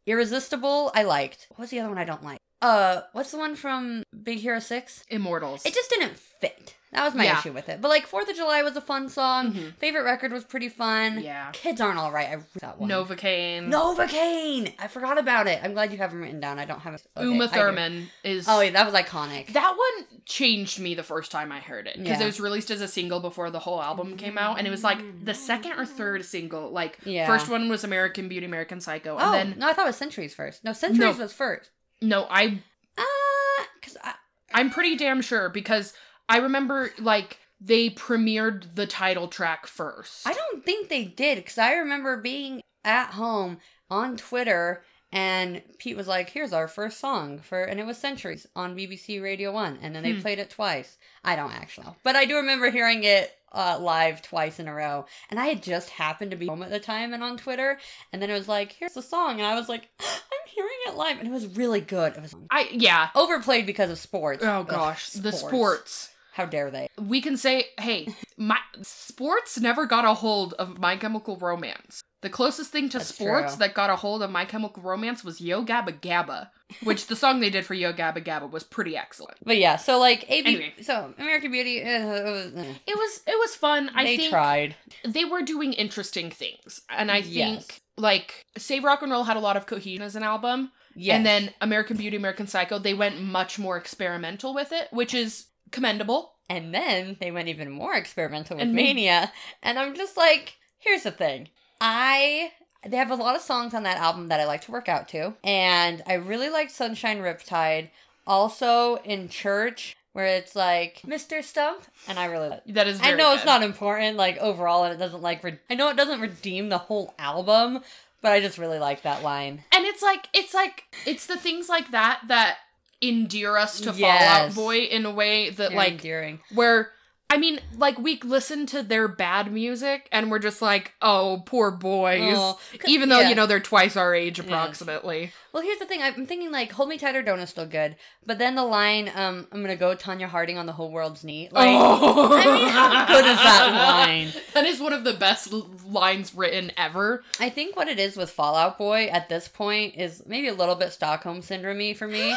S3: Irresistible, I liked. What was the other one I don't like? Uh, what's the one from Big Hero Six?
S2: Immortals.
S3: It just didn't fit. That was my
S2: Yeah.
S3: issue with it. But like Fourth of July was a fun song.
S2: Mhm.
S3: Favorite record was pretty fun.
S2: yeah.
S3: Kids aren't all right. I wrote that one.
S2: Novocaine.
S3: Novocaine. I forgot about it. I'm glad you have them written down. I don't have it. Okay, I
S2: Uma
S3: do.
S2: Thurman is.
S3: Oh, yeah, that was iconic.
S2: That one changed me the first time I heard it because
S3: Yeah.
S2: it was released as a single before the whole album came out, and it was like the second or third single. Like
S3: Yeah.
S2: first one was American Beauty, American Psycho,
S3: oh,
S2: and then
S3: no, I thought it was Centuries first. No, Centuries was first.
S2: no, I
S3: Ah, because I,
S2: I'm pretty damn sure because I remember like they premiered the title track first.
S3: I don't think they did because I remember being at home on Twitter and Pete was like, "Here's our first song for," and it was Centuries on BBC Radio One, and then they
S2: Hmm.
S3: played it twice. I don't actually know, but I do remember hearing it uh, live twice in a row, and I had just happened to be home at the time and on Twitter, and then it was like, "Here's the song," and I was like, "I'm hearing it live," and it was really good. It was
S2: I yeah.
S3: overplayed because of sports.
S2: Oh
S3: Ugh,
S2: gosh, the sports.
S3: How dare they?
S2: We can say, hey, my sports never got a hold of My Chemical Romance. The closest thing to
S3: That's
S2: sports
S3: true.
S2: that got a hold of My Chemical Romance was Yo Gabba Gabba, which the song they did for Yo Gabba Gabba was pretty excellent.
S3: But yeah, so like AB,
S2: Anyway.
S3: so American Beauty. Uh, uh, uh,
S2: It was it was fun. I
S3: they
S2: think
S3: tried.
S2: they were doing interesting things, and I think
S3: Yes.
S2: like Save Rock and Roll had a lot of cohesion as an album.
S3: Yes.
S2: And then American Beauty, American Psycho, they went much more experimental with it, which is commendable.
S3: and then they went even more experimental with
S2: And me.
S3: Mania. And I'm just like, here's the thing. I they have a lot of songs on that album that I like to work out to. And I really like Sunshine Riptide. Also in church where it's like Mr. Stump and I really like
S2: That is
S3: I
S2: very
S3: know it's
S2: good.
S3: not important like overall and it doesn't like re- I know it doesn't redeem the whole album, but I just really like that line.
S2: And it's like it's like it's the things like that that endear us to Fallout
S3: Yes.
S2: Boy in a way
S3: They're
S2: that like
S3: endearing.
S2: where I mean like we listen to their bad music and we're just like, "Oh, poor boys."
S3: Oh, 'cause-
S2: Even though
S3: yeah.
S2: you know they're twice our age
S3: Yes.
S2: approximately.
S3: Well, here's the thing. I'm thinking like "Hold Me Tight" or "Don't" is still good, but then the line um, "I'm gonna go Tanya Harding on the whole world's knee." Like,
S2: oh.
S3: I mean, how good is that line?
S2: That is one of the best l- lines written ever.
S3: I think what it is with Fallout Boy at this point is maybe a little bit Stockholm syndrome for me,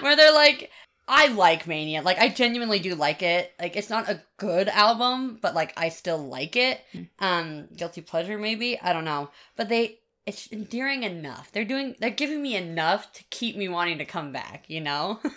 S3: where they're like, "I like Mania. Like, I genuinely do like it. Like, it's not a good album, but like, I still like it. Um, guilty pleasure, maybe. I don't know. But they." It's endearing enough. They're doing. They're giving me enough to keep me wanting to come back. You know.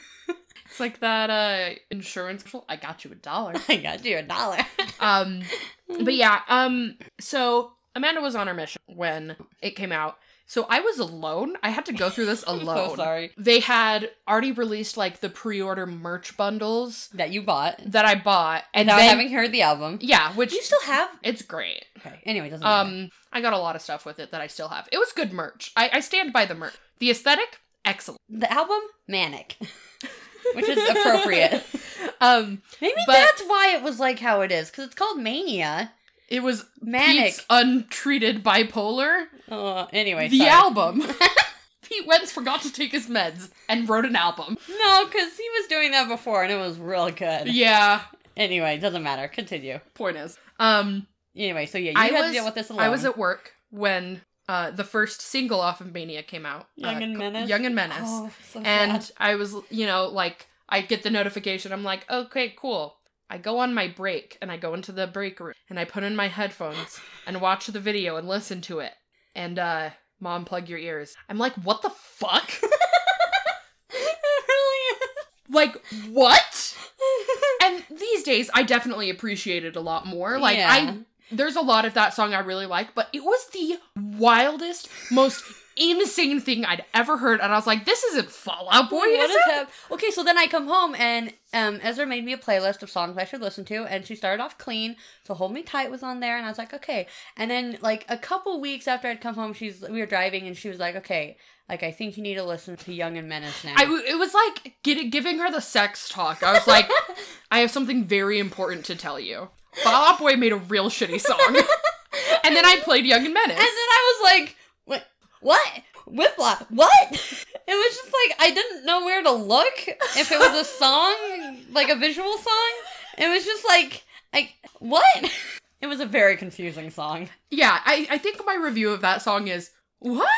S2: It's like that uh insurance commercial. I got you a dollar.
S3: I got you a dollar.
S2: Um but
S3: Mm.
S2: yeah, um so Amanda was on her mission when it came out. So I was alone. I had to go through this alone.
S3: I'm so sorry
S2: They had already released like the pre-order merch bundles
S3: that you bought
S2: that I bought and
S3: without
S2: then
S3: having heard the album.
S2: yeah, which
S3: You still have.
S2: it's great.
S3: Okay. Anyway, doesn't matter.
S2: Um I got a lot of stuff with it that I still have. It was good merch. I, I stand by the merch. The aesthetic excellent.
S3: The album manic, which is appropriate.
S2: Um
S3: Maybe
S2: But-
S3: that's why it was like how it is because it's called mania.
S2: it was
S3: Manic.
S2: Pete's untreated bipolar.
S3: Oh, anyway,
S2: the
S3: sorry.
S2: album. Pete Wentz forgot to take his meds and wrote an album.
S3: No, because he was doing that before and it was real good.
S2: Yeah,
S3: Anyway, doesn't matter. Continue.
S2: point is, um,
S3: Anyway, so yeah, you
S2: I
S3: had
S2: was-
S3: to deal with this alone.
S2: I was at work when uh the first single off of Mania came out,
S3: Young
S2: uh,
S3: and
S2: co-
S3: Menace?
S2: Young and Menace,
S3: Oh, so
S2: and
S3: sad.
S2: I was, you know, like I get the notification. I'm like, okay, cool. I go on my break and I go into the break room and I put in my headphones and watch the video and listen to it. And uh, mom, plug your ears. I'm like, what the fuck?
S3: It really is.
S2: like what? and these days i definitely appreciate it a lot more like
S3: Yeah.
S2: i there's a lot of that song i really like but it was the wildest most insane thing i'd ever heard and i was like this isn't fallout boy
S3: What
S2: is
S3: is
S2: it
S3: hap- Okay, so then I come home and um, Ezra made me a playlist of songs I should listen to, and she started off clean. So "Hold Me Tight" was on there, and I was like, okay. And then like a couple weeks after I'd come home, she's we were driving, and she was like, okay, like I think you need to listen to Young and Menace now.
S2: I w- it was like get, giving her the sex talk i was like i have something very important to tell you fallout boy made a real shitty song and then i played young and menace
S3: and then I was like, what? What? Whiplash? What? It was just like I didn't know where to look if it was a song, like a visual song. It was just like. I I what? It was a very confusing song.
S2: Yeah, I, I think my review of that song is what?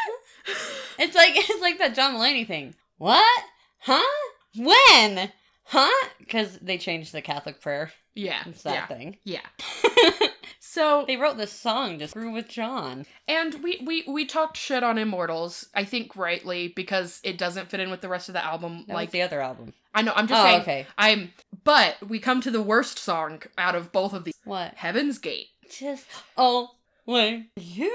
S3: It's like it's like that John Mulaney thing. What? Huh? When? Huh? Because they changed the Catholic prayer.
S2: Yeah.
S3: It's
S2: yeah.
S3: that thing.
S2: Yeah. So
S3: They wrote this song to screw with John.
S2: and we we we talked shit on Immortals, I think rightly because it doesn't fit in with the rest of the album.
S3: That
S2: like
S3: was the other album.
S2: I know I'm just
S3: Oh,
S2: saying
S3: okay.
S2: I'm but we come to the worst song out of both of these.
S3: What?
S2: Heaven's Gate.
S3: Just oh wait, you.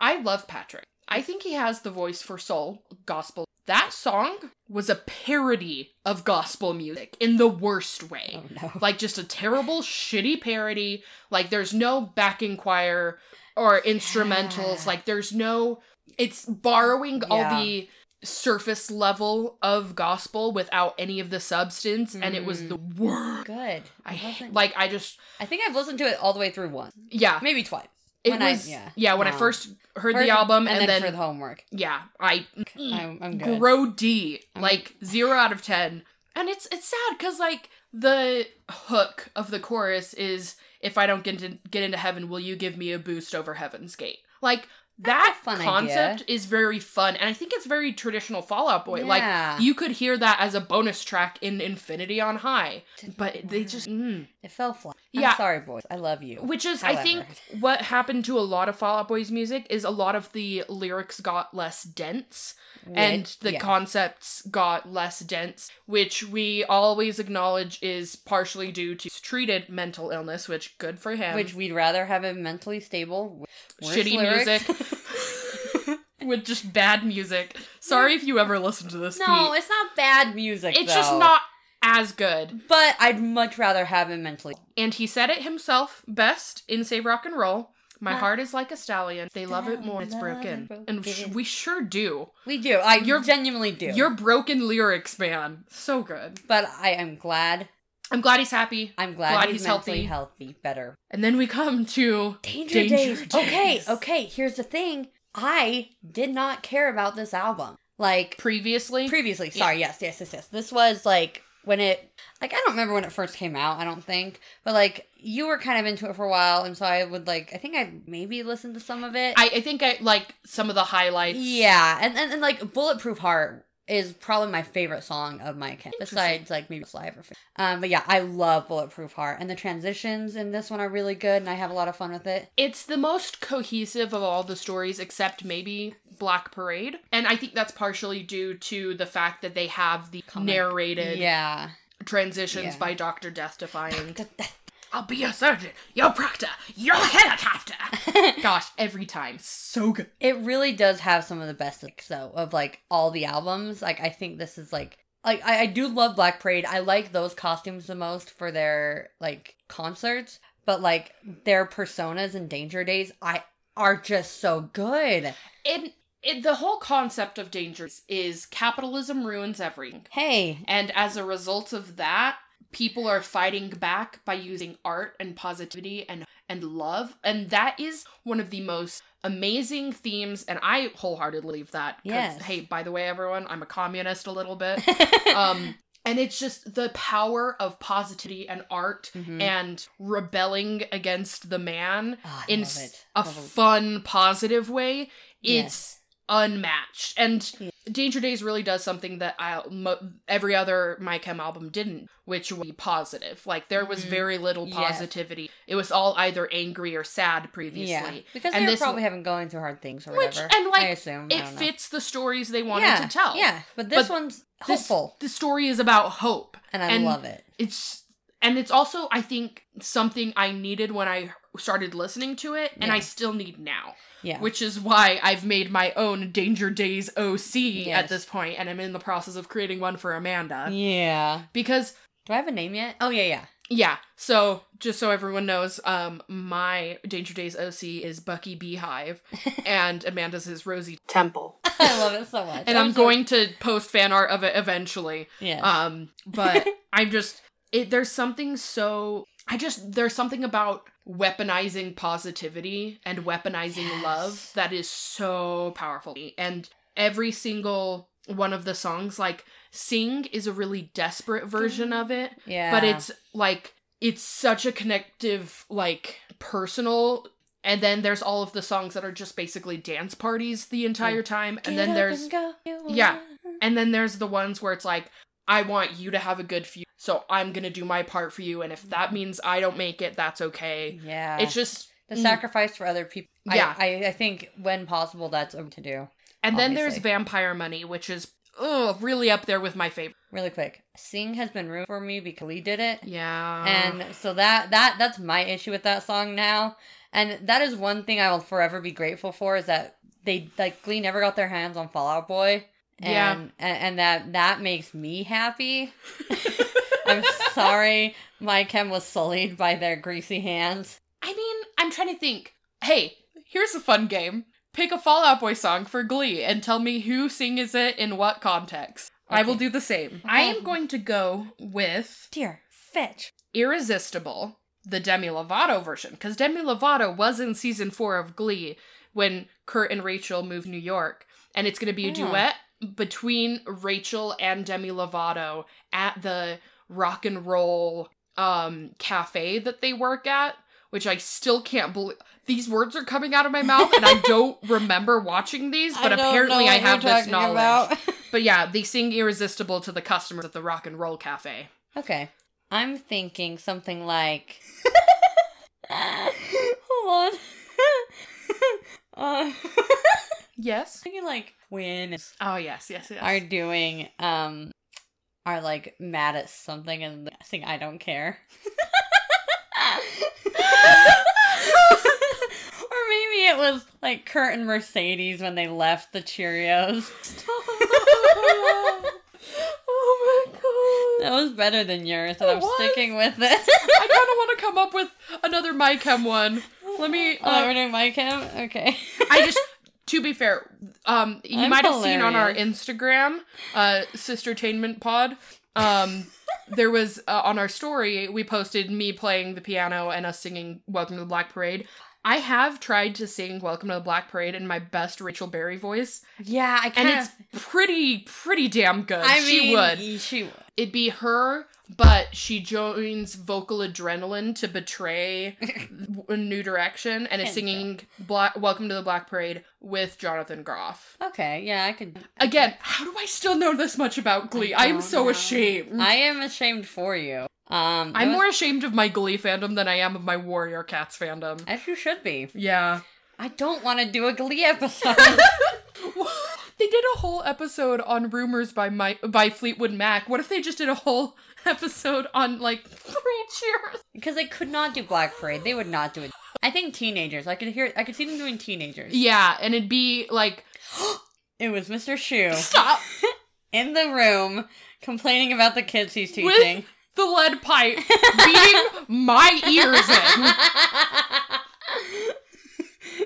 S2: I love Patrick. I think he has the voice for soul gospel. That song was a parody of gospel music in the worst way.
S3: Oh no.
S2: like just a terrible shitty parody like there's no backing choir or instrumentals
S3: Yeah.
S2: like there's no it's borrowing all
S3: Yeah.
S2: the surface level of gospel without any of the substance and it was
S3: Mm.
S2: the worst
S3: Good.
S2: i ha-
S3: wasn't-
S2: like i just
S3: I think I've listened to it all the way through once,
S2: yeah
S3: maybe twice.
S2: it
S3: when I-
S2: was yeah,
S3: yeah.
S2: when i
S3: Wow.
S2: first heard,
S3: Heard-
S2: the album
S3: and,
S2: and,
S3: then,
S2: then, Mm.
S3: for the homework,
S2: yeah i
S3: I'm, I'm good.
S2: Grow D,
S3: I'm-
S2: like zero out of ten. And it's it's sad because like the hook of the chorus is if I don't get into, get into heaven, will you give me a boost over heaven's gate? Like that
S3: a fun
S2: concept is very fun, and I think it's very traditional Fallout Boy.
S3: Yeah.
S2: Like you could hear that as a bonus track in Infinity on High,
S3: Didn't
S2: but they
S3: work.
S2: just mm.
S3: it fell flat.
S2: Yeah.
S3: I'm sorry, boys. I love you.
S2: which is I
S3: However.
S2: think what happened to a lot of Fallout Boy's music is a lot of the lyrics got less dense and
S3: Wit-
S2: the
S3: yeah.
S2: concepts got less dense, which we always acknowledge is partially due to treated mental illness, which good for him.
S3: which we'd rather have him mentally stable. Worse
S2: Shitty
S3: lyrics.
S2: with just bad music. Sorry if you ever listen to this.
S3: no,
S2: Pete.
S3: it's not bad music.
S2: it's just
S3: though.
S2: not as good.
S3: But I'd much rather have him mentally.
S2: And he said it himself best in Save Rock and Roll. My
S3: My-
S2: heart is like a stallion. They love it more. It's
S3: Stallion,
S2: broken.
S3: broken.
S2: And sh- we sure do.
S3: We do. I
S2: You're-
S3: genuinely do.
S2: Your broken lyrics, man. So good.
S3: but I am glad.
S2: I'm glad he's happy.
S3: I'm glad,
S2: Glad
S3: he's,
S2: he's
S3: mentally healthy. Better.
S2: And then we come to
S3: Danger,
S2: Danger
S3: Days. Okay,
S2: Days.
S3: okay. Here's the thing. I did not care about this album. Like
S2: previously.
S3: previously. Sorry. Yes. Yes. Yes. Yes. This was like when it. Like I don't remember when it first came out. I don't think. But like you were kind of into it for a while, and so I would like. I think I maybe listened to some of it.
S2: I, I think I like some of the highlights.
S3: Yeah, and, and and like Bulletproof Heart is probably my favorite song of my account,
S2: Interesting.
S3: besides like maybe Sly or Um, but yeah, I love Bulletproof Heart, and the transitions in this one are really good, and I have a lot of fun with it.
S2: It's the most cohesive of all the stories, except maybe Black Parade. And I think that's partially due to the fact that they have the
S3: Comic.
S2: narrated
S3: Yeah,
S2: transitions
S3: Yeah.
S2: by Dr. Death defying, I'll be your surgeon, your proctor, your helicopter. Gosh, every time. So good.
S3: it really does have some of the best like, so of like all the albums. Like I think this is like. Like I, I do love Black Parade. I like those costumes the most for their like concerts, but like their personas in Danger Days, I are just so good.
S2: And it, the whole concept of dangers is capitalism ruins everything.
S3: Hey,
S2: And as a result of that, people are fighting back by using art and positivity and and love. And that is one of the most amazing themes and I wholeheartedly believe that. 'cause,
S3: Yes.
S2: Hey, by the way, everyone, I'm a communist a little bit. um and it's just the power of positivity and art
S3: Mhm.
S2: and rebelling against the man
S3: Ah, I
S2: in
S3: love
S2: s-
S3: it.
S2: a
S3: Love it.
S2: fun positive way
S3: Yes.
S2: it's unmatched and
S3: Yeah.
S2: danger days really does something that i mo- every other my chem album didn't which was positive like there was
S3: Mhm.
S2: very little
S3: Yes.
S2: positivity it was all either angry or sad previously
S3: yeah, because
S2: And
S3: they were
S2: this-
S3: probably haven't going through hard things or
S2: Which-
S3: whatever.
S2: and, like,
S3: I assume I
S2: it
S3: don't know.
S2: fits the stories they wanted
S3: Yeah,
S2: to tell
S3: Yeah, but this
S2: But
S3: one's
S2: This-
S3: hopeful,
S2: the story is about hope
S3: and I
S2: and-
S3: love it.
S2: it's and it's also i think something i needed when i started listening to it and
S3: Yeah.
S2: i still need now
S3: Yeah,
S2: which is why I've made my own Danger Days OC at
S3: Yes.
S2: this point, and I'm in the process of creating one for Amanda.
S3: yeah.
S2: Because,
S3: Do I have a name yet? Oh yeah, yeah.
S2: yeah, so just so everyone knows, um, my Danger Days OC is Bucky Beehive, and Amanda's is Rosie.
S1: Temple.
S3: I love it so much.
S2: And I'm
S3: so-
S2: going to post fan art of it eventually.
S3: Yeah.
S2: Um, but I'm just it. There's something so I just there's something about weaponizing positivity and weaponizing
S3: Yes.
S2: love that is so powerful. And every single one of the songs, like "Sing," is a really desperate version of it,
S3: Mm-hmm. yeah.
S2: but it's like it's such a connective, like personal. And then there's all of the songs that are just basically dance parties the entire time. And then there's yeah. and then there's the ones where it's like, I want you to have a good future, so I'm gonna do my part for you, and if that means I don't make it, that's okay.
S3: yeah.
S2: It's just
S3: the
S2: mm.
S3: sacrifice for other people.
S2: Yeah.
S3: I, I, I think when possible, that's um, to do.
S2: And then there's
S3: obviously.
S2: Vampire Money, which is oh really up there with my favorite.
S3: Really quick, Sing has been ruined for me because Lee did it.
S2: Yeah.
S3: and so that that that's my issue with that song now and that is one thing i will forever be grateful for is that they like glee never got their hands on fallout boy and,
S2: Yeah.
S3: and and that that makes me happy i'm sorry my chem was sullied by their greasy hands
S2: I mean, I'm trying to think. Hey, here's a fun game. Pick a Fallout Boy song for Glee and tell me who sings it in what context. I will
S3: Okay.
S2: do the same. I am going to go with
S3: dear fetch
S2: Irresistible, the Demi Lovato version, because Demi Lovato was in season four of Glee when Kurt and Rachel moved to New York, and it's going to be a
S3: Hmm.
S2: duet between Rachel and Demi Lovato at the rock and roll um cafe that they work at. Which I still can't believe. These words are coming out of my mouth, and I don't remember watching these, but apparently I have this knowledge. But yeah, they sing Irresistible to the customers at the Rock and Roll Cafe.
S3: okay i'm thinking something like hold on uh,
S2: Yes.
S3: thinking like when
S2: Oh, yes, yes, yes.
S3: are doing um are like mad at something and they think I don't care. or maybe it was like Kurt and Mercedes when they left the Cheerios.
S2: oh my god.
S3: That was better than yours, and I'm
S2: It was.
S3: sticking with it.
S2: I kind of want to come up with another MyChem one. Let me.
S3: oh, we're
S2: Uh,
S3: doing my cam? Okay.
S2: I just. To be fair, um, you
S3: I'm
S2: might have seen on our Instagram, uh, Sistertainment Pod. Um, there was uh, on our story we posted me playing the piano and us singing "Welcome to the Black Parade." I have tried to sing "Welcome to the Black Parade" in my best Rachel Berry voice,
S3: Yeah, I
S2: and
S3: kind
S2: it's
S3: of.
S2: pretty, pretty damn good.
S3: I
S2: she
S3: mean,
S2: would.
S3: She would.
S2: it'd be her, but she joins Vocal Adrenaline to betray New Direction and is
S3: Kinda.
S2: singing Black- Welcome to the Black Parade with Jonathan Groff.
S3: Okay, yeah, I could.
S2: Again, how do I still know this much about Glee?
S3: I
S2: I am
S3: don't
S2: so
S3: know.
S2: ashamed.
S3: I am ashamed for you. Um,
S2: I'm
S3: it was-
S2: more ashamed of my Glee fandom than I am of my Warrior Cats fandom.
S3: as you should be.
S2: Yeah.
S3: I don't want to do a Glee episode.
S2: they did a whole episode on rumors by my by Fleetwood Mac. What if they just did a whole episode on like three cheers?
S3: because they could not do Black Parade. They would not do it. I think teenagers. I could hear. I could see them doing teenagers.
S2: Yeah, and it'd be like,
S3: It was Mr. Shu
S2: stop
S3: in the room complaining about the kids he's teaching.
S2: the lead pipe beating my ears in.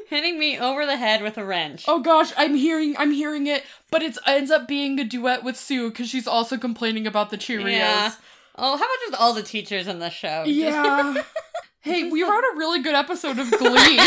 S3: Hitting me over the head with a wrench.
S2: Oh gosh, I'm hearing, I'm hearing it, but it ends up being a duet with Sue because she's also complaining about the Cheerios.
S3: Yeah. Oh, how about just all the teachers in the show? Just-
S2: Yeah. hey, we wrote a really good episode of Glee.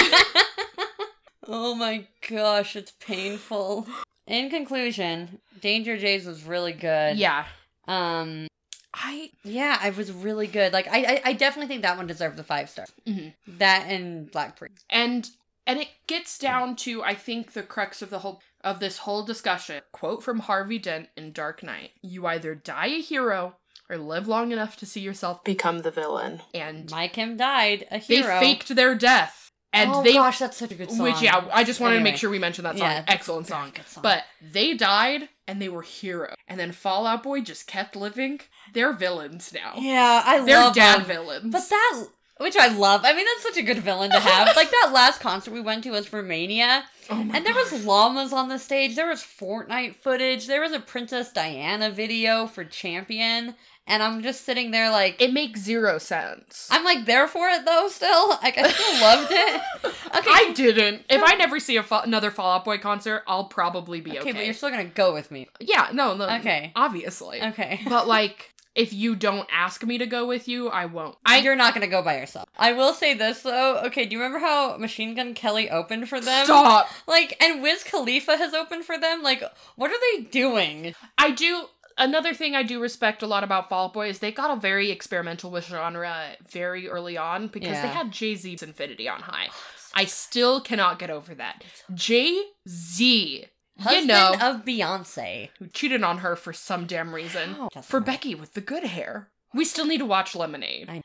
S3: Oh my gosh, it's painful. In conclusion, Danger Jays was really good.
S2: yeah,
S3: Um,
S2: I
S3: Yeah, I was really good. Like I, I, I definitely think that one deserved the five star.
S2: Mhm.
S3: That and Black Parade.
S2: and and it gets down to I think the crux of the whole of this whole discussion. Quote from Harvey Dent in Dark Knight: "You either die a hero or live long enough to see yourself."
S1: Become the villain.
S2: And
S3: Mike Kim died a
S2: they
S3: hero.
S2: faked their death and
S3: oh
S2: they
S3: gosh, that's such a good song.
S2: which yeah i just wanted to
S3: Anyway.
S2: make sure we mentioned that song
S3: Yeah,
S2: excellent
S3: very
S2: song.
S3: good song.
S2: but they died and they were heroes and then fallout boy just kept living they're villains now
S3: yeah, I
S2: oh, they're
S3: love
S2: dad
S3: them.
S2: villains
S3: But that, which I love. I mean, that's such a good villain to have. like that last concert we went to was Romania,
S2: oh my
S3: and there was llamas on the stage. There was Fortnite footage. There was a Princess Diana video for Champion, and I'm just sitting there like,
S2: it makes zero sense
S3: I'm like there for it though. Still, like I still loved it. Okay,
S2: I didn't. If I never see a fa- another Fallout Boy concert, I'll probably be okay.
S3: Okay, but you're still gonna go with me.
S2: yeah, no, no.
S3: Okay.
S2: Obviously.
S3: Okay.
S2: But like, if you don't ask me to go with you, I won't. I
S3: You're not gonna go by yourself. I will say this though. Okay, do you remember how Machine Gun Kelly opened for them?
S2: stop.
S3: Like, and Wiz Khalifa has opened for them. Like, what are they doing?
S2: I do. Another thing I do respect a lot about Fall Out Boy is they got all very experimental with genre very early on because they
S3: Yeah.
S2: had Jay Z's Infinity on high. I still cannot get over that. Jay Z, you
S3: Husband
S2: know,
S3: of Beyonce.
S2: who cheated on her for some damn reason.
S3: How? Doesn't
S2: For
S3: matter.
S2: Becky with the good hair. We still need to watch Lemonade.
S3: I,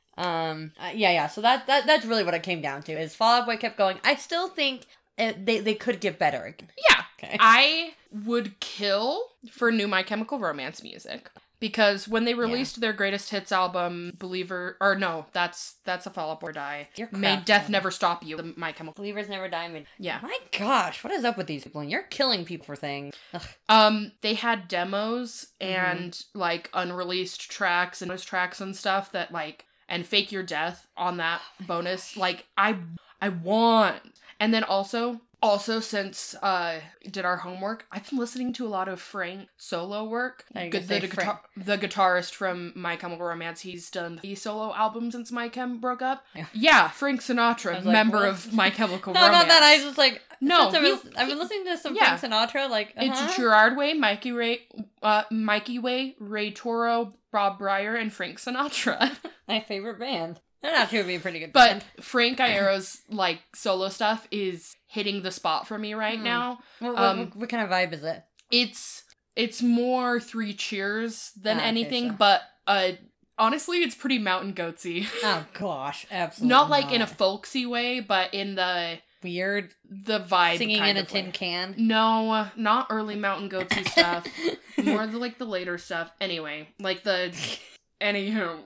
S3: um. uh, yeah. Yeah. So that that that's really what it came down to is Fall Out Boy kept going. I still think uh they they could get better. again.
S2: Yeah.
S3: Okay.
S2: I would kill for new My Chemical Romance music because when they released their greatest hits album, Believer, or no, that's that's a Fall Out Boy Die.
S3: You're
S2: May
S3: crap,
S2: Death
S3: Heather.
S2: Never Stop You. The My Chemical.
S3: Believers never die. I mean,
S2: Yeah.
S3: My gosh, what is up with these people? And you're killing people for things. Ugh.
S2: Um, they had demos
S3: Mm-hmm.
S2: and like unreleased tracks and those tracks and stuff that like and fake your death on that
S3: Oh
S2: bonus. Like I I want. And then also also since uh did our homework, I've been listening to a lot of Frank solo work.
S3: I was
S2: Good-
S3: gonna
S2: the,
S3: say
S2: guitar- the guitarist from My Chemical Romance, he's done the solo album since My Chem broke up.
S3: Yeah.
S2: Yeah, Frank Sinatra,
S3: I was like,
S2: member
S3: what?
S2: of My Chemical
S3: No,
S2: Romance.
S3: not that. I was just like,
S2: No,
S3: since I
S2: he-
S3: was, I've been listening to some
S2: yeah.
S3: Frank Sinatra. Like, uh-huh.
S2: It's Gerard Way, Mikey Ray, uh, Mikey Way, Ray Toro, Bob Breyer, and Frank Sinatra.
S3: my favorite band. They're not two be a pretty good
S2: but
S3: band.
S2: Frank Iaro's like solo stuff is hitting the spot for me right
S3: Hmm.
S2: now.
S3: What, what,
S2: um,
S3: what kind of vibe is it?
S2: It's it's more Three Cheers than
S3: Ah, okay,
S2: anything,
S3: so-
S2: but uh, honestly, it's pretty Mountain Goatsy.
S3: Oh gosh, absolutely.
S2: not like in a folksy way, but in the
S3: weird
S2: the vibe
S3: singing
S2: kind
S3: in a
S2: of
S3: tin
S2: way.
S3: can.
S2: No, not early Mountain Goatsy stuff. more the, like the later stuff. Anyway, like the anywho,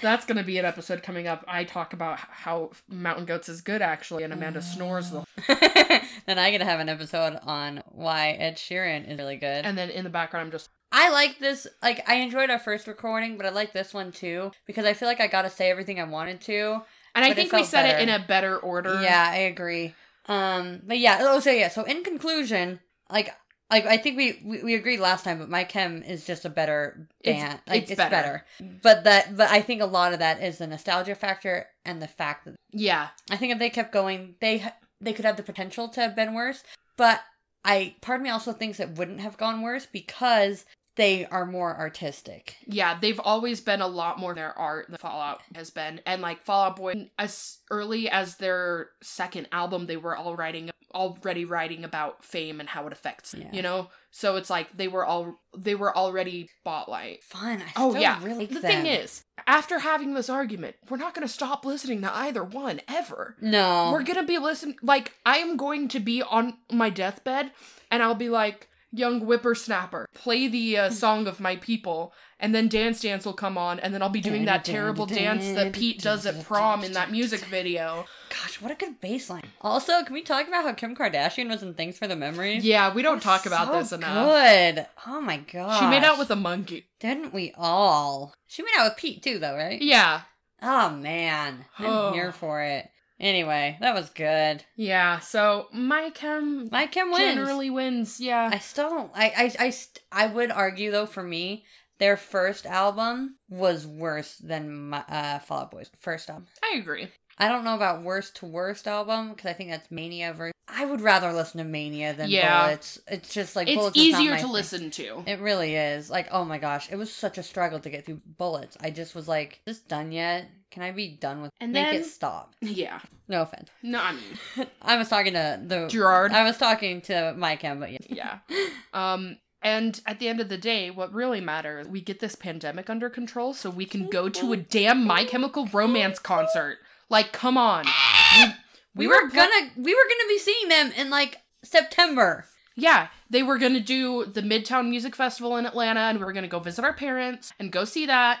S2: that's gonna be an episode coming up. I talk about h- how Mountain Goats is good actually, and Amanda snores the.
S3: Mm. then I gonna have an episode on why Ed Sheeran is really good.
S2: And then in the background, I'm just
S3: I like this. Like, I enjoyed our first recording, but I like this one too because I feel like I got to say everything I wanted to.
S2: and I
S3: But it
S2: think we
S3: felt
S2: said
S3: better.
S2: it in a better order.
S3: Yeah, I agree. Um, but yeah. Oh, so yeah. So in conclusion, like, like I think we we, we agreed last time, but my chem is just a better
S2: It's-
S3: band. like,
S2: it's better.
S3: But that, but I think a lot of that is the nostalgia factor and the fact that
S2: yeah,
S3: I think if they kept going, they ha- they could have the potential to have been worse. But I, part of me also thinks it wouldn't have gone worse because they are more artistic.
S2: yeah. They've always been a lot more their art than Fallout has been, and like Fallout Boy, as early as their second album, they were all writing already writing about fame and how it affects
S3: Yeah.
S2: you know. So it's like they were all they were already spotlight.
S3: Fun. I
S2: Oh,
S3: still
S2: yeah.
S3: really.
S2: The thing is, after having this argument, we're not going to stop listening to either one ever.
S3: no.
S2: We're going to be listening, like, I am going to be on my deathbed and I'll be like, young whippersnapper, play the
S3: Hmm.
S2: uh, song of my people, and then Dance Dance will come on, and then I'll be doing that terrible dance that Pete does at prom in that music video.
S3: Gosh, what a good baseline. Also, can we talk about how Kim Kardashian was in Things for the Memories?
S2: Yeah, we don't talk about
S3: So
S2: this enough.
S3: Good. Oh my god.
S2: She made out with a monkey.
S3: Didn't we all? She made out with Pete too, though, right?
S2: Yeah.
S3: Oh man, I'm
S2: Oh.
S3: here for it. Anyway, that was good.
S2: Yeah, so my chem
S3: My Kim wins.
S2: generally wins. Yeah.
S3: I still don't. I I I, st- I would argue though for me. Their first album was worse than my uh, Fall Out Boy's first album.
S2: I agree.
S3: I don't know about worst to worst album because I think that's Mania. Versus, I would rather listen to Mania than
S2: Yeah.
S3: Bullets. It's just like
S2: it's
S3: Bullets is not
S2: easier
S3: my
S2: to
S3: thing.
S2: listen to.
S3: It really is. Like, oh my gosh, it was such a struggle to get through Bullets. I just was like, "Is this done yet? Can I be done with?
S2: And
S3: make
S2: then-
S3: it stop."
S2: Yeah.
S3: No offense.
S2: No, I mean,
S3: I was talking to the
S2: Gerard.
S3: I was talking to Mike, but yeah.
S2: yeah. Um, and at the end of the day, what really matters, we get this pandemic under control so we can go to a damn My Chemical Romance concert. Like, come on. We,
S3: we,
S2: we
S3: were,
S2: were pla-
S3: gonna we were gonna be seeing them in like September.
S2: Yeah, they were going to do the Midtown Music Festival in Atlanta and we were going to go visit our parents and go see that.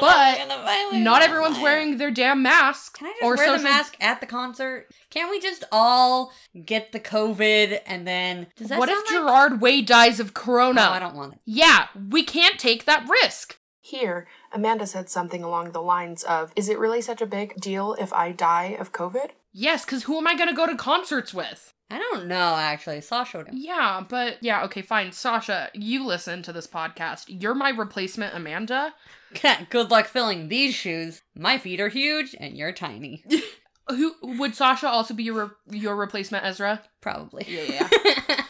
S2: But not everyone's wearing their damn masks.
S3: Can I just
S2: or
S3: wear the
S2: social-
S3: mask at the concert? Can't we just all get the COVID and then? Does that
S2: What
S3: sound
S2: if
S3: like-
S2: Gerard Way dies of corona?
S3: No, I don't want it.
S2: Yeah, we can't take that risk.
S1: Here, Amanda said something along the lines of Is it really such a big deal if I die of COVID?
S2: Yes, because who am I going to go to concerts with?
S3: I don't know. Actually, Sasha. would-
S2: Yeah, but yeah, okay, fine. Sasha, you listen to this podcast. You're my replacement, Amanda.
S3: Good luck filling these shoes. My feet are huge and you're tiny.
S2: Who would Sasha also be your re- your replacement, Ezra?
S3: Probably.
S2: Yeah.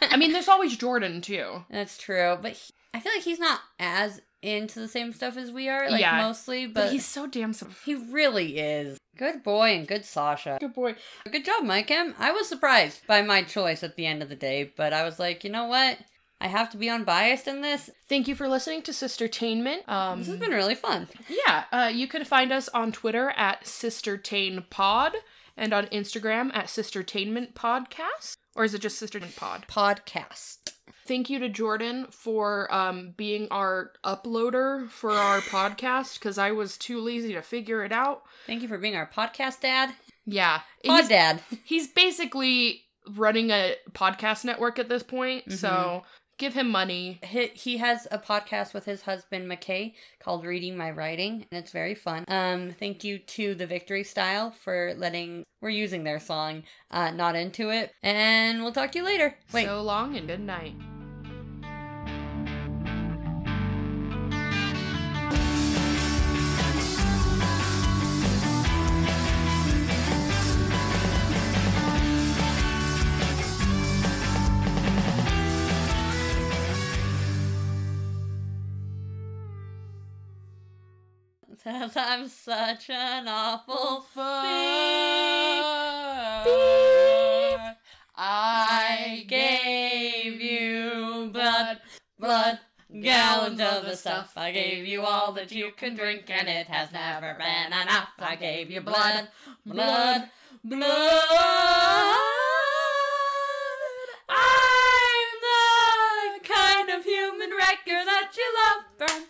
S2: I mean, there's always Jordan too.
S3: That's true, but he, I feel like he's not as into the same stuff as we are, like
S2: Yeah.
S3: mostly.
S2: But,
S3: But,
S2: he's so damn so
S3: he really is good boy and good Sasha.
S2: good boy.
S3: Good job, Mike M. I was surprised by my choice at the end of the day, but I was like, you know what? I have to be unbiased in this.
S2: Thank you for listening to Sistertainment. Um,
S3: This has been really fun.
S2: yeah, uh, you can find us on Twitter at SistertainPod and on Instagram at Sistertainment Podcast. Or is it just Sistertainment Pod?
S3: Podcast.
S2: Thank you to Jordan for um, being our uploader for our podcast because I was too lazy to figure it out.
S3: Thank you for being our podcast dad.
S2: Yeah.
S3: Pod
S2: He's-
S3: dad.
S2: he's basically running a podcast network at this point
S3: Mm-hmm.
S2: so give him money
S3: He, he has a podcast with his husband McKay called Reading My Writing, and it's very fun. Um, thank you to the Victory Style for letting we're using their song, uh, not into it, and we'll talk to you later. Wait,
S2: so long and good night
S3: says I'm such an awful Uh, I gave you blood, blood, gallons of the stuff. I gave you all that you can drink, and it has never been enough. I gave you blood, blood, blood. I'm the kind of human wrecker that you love from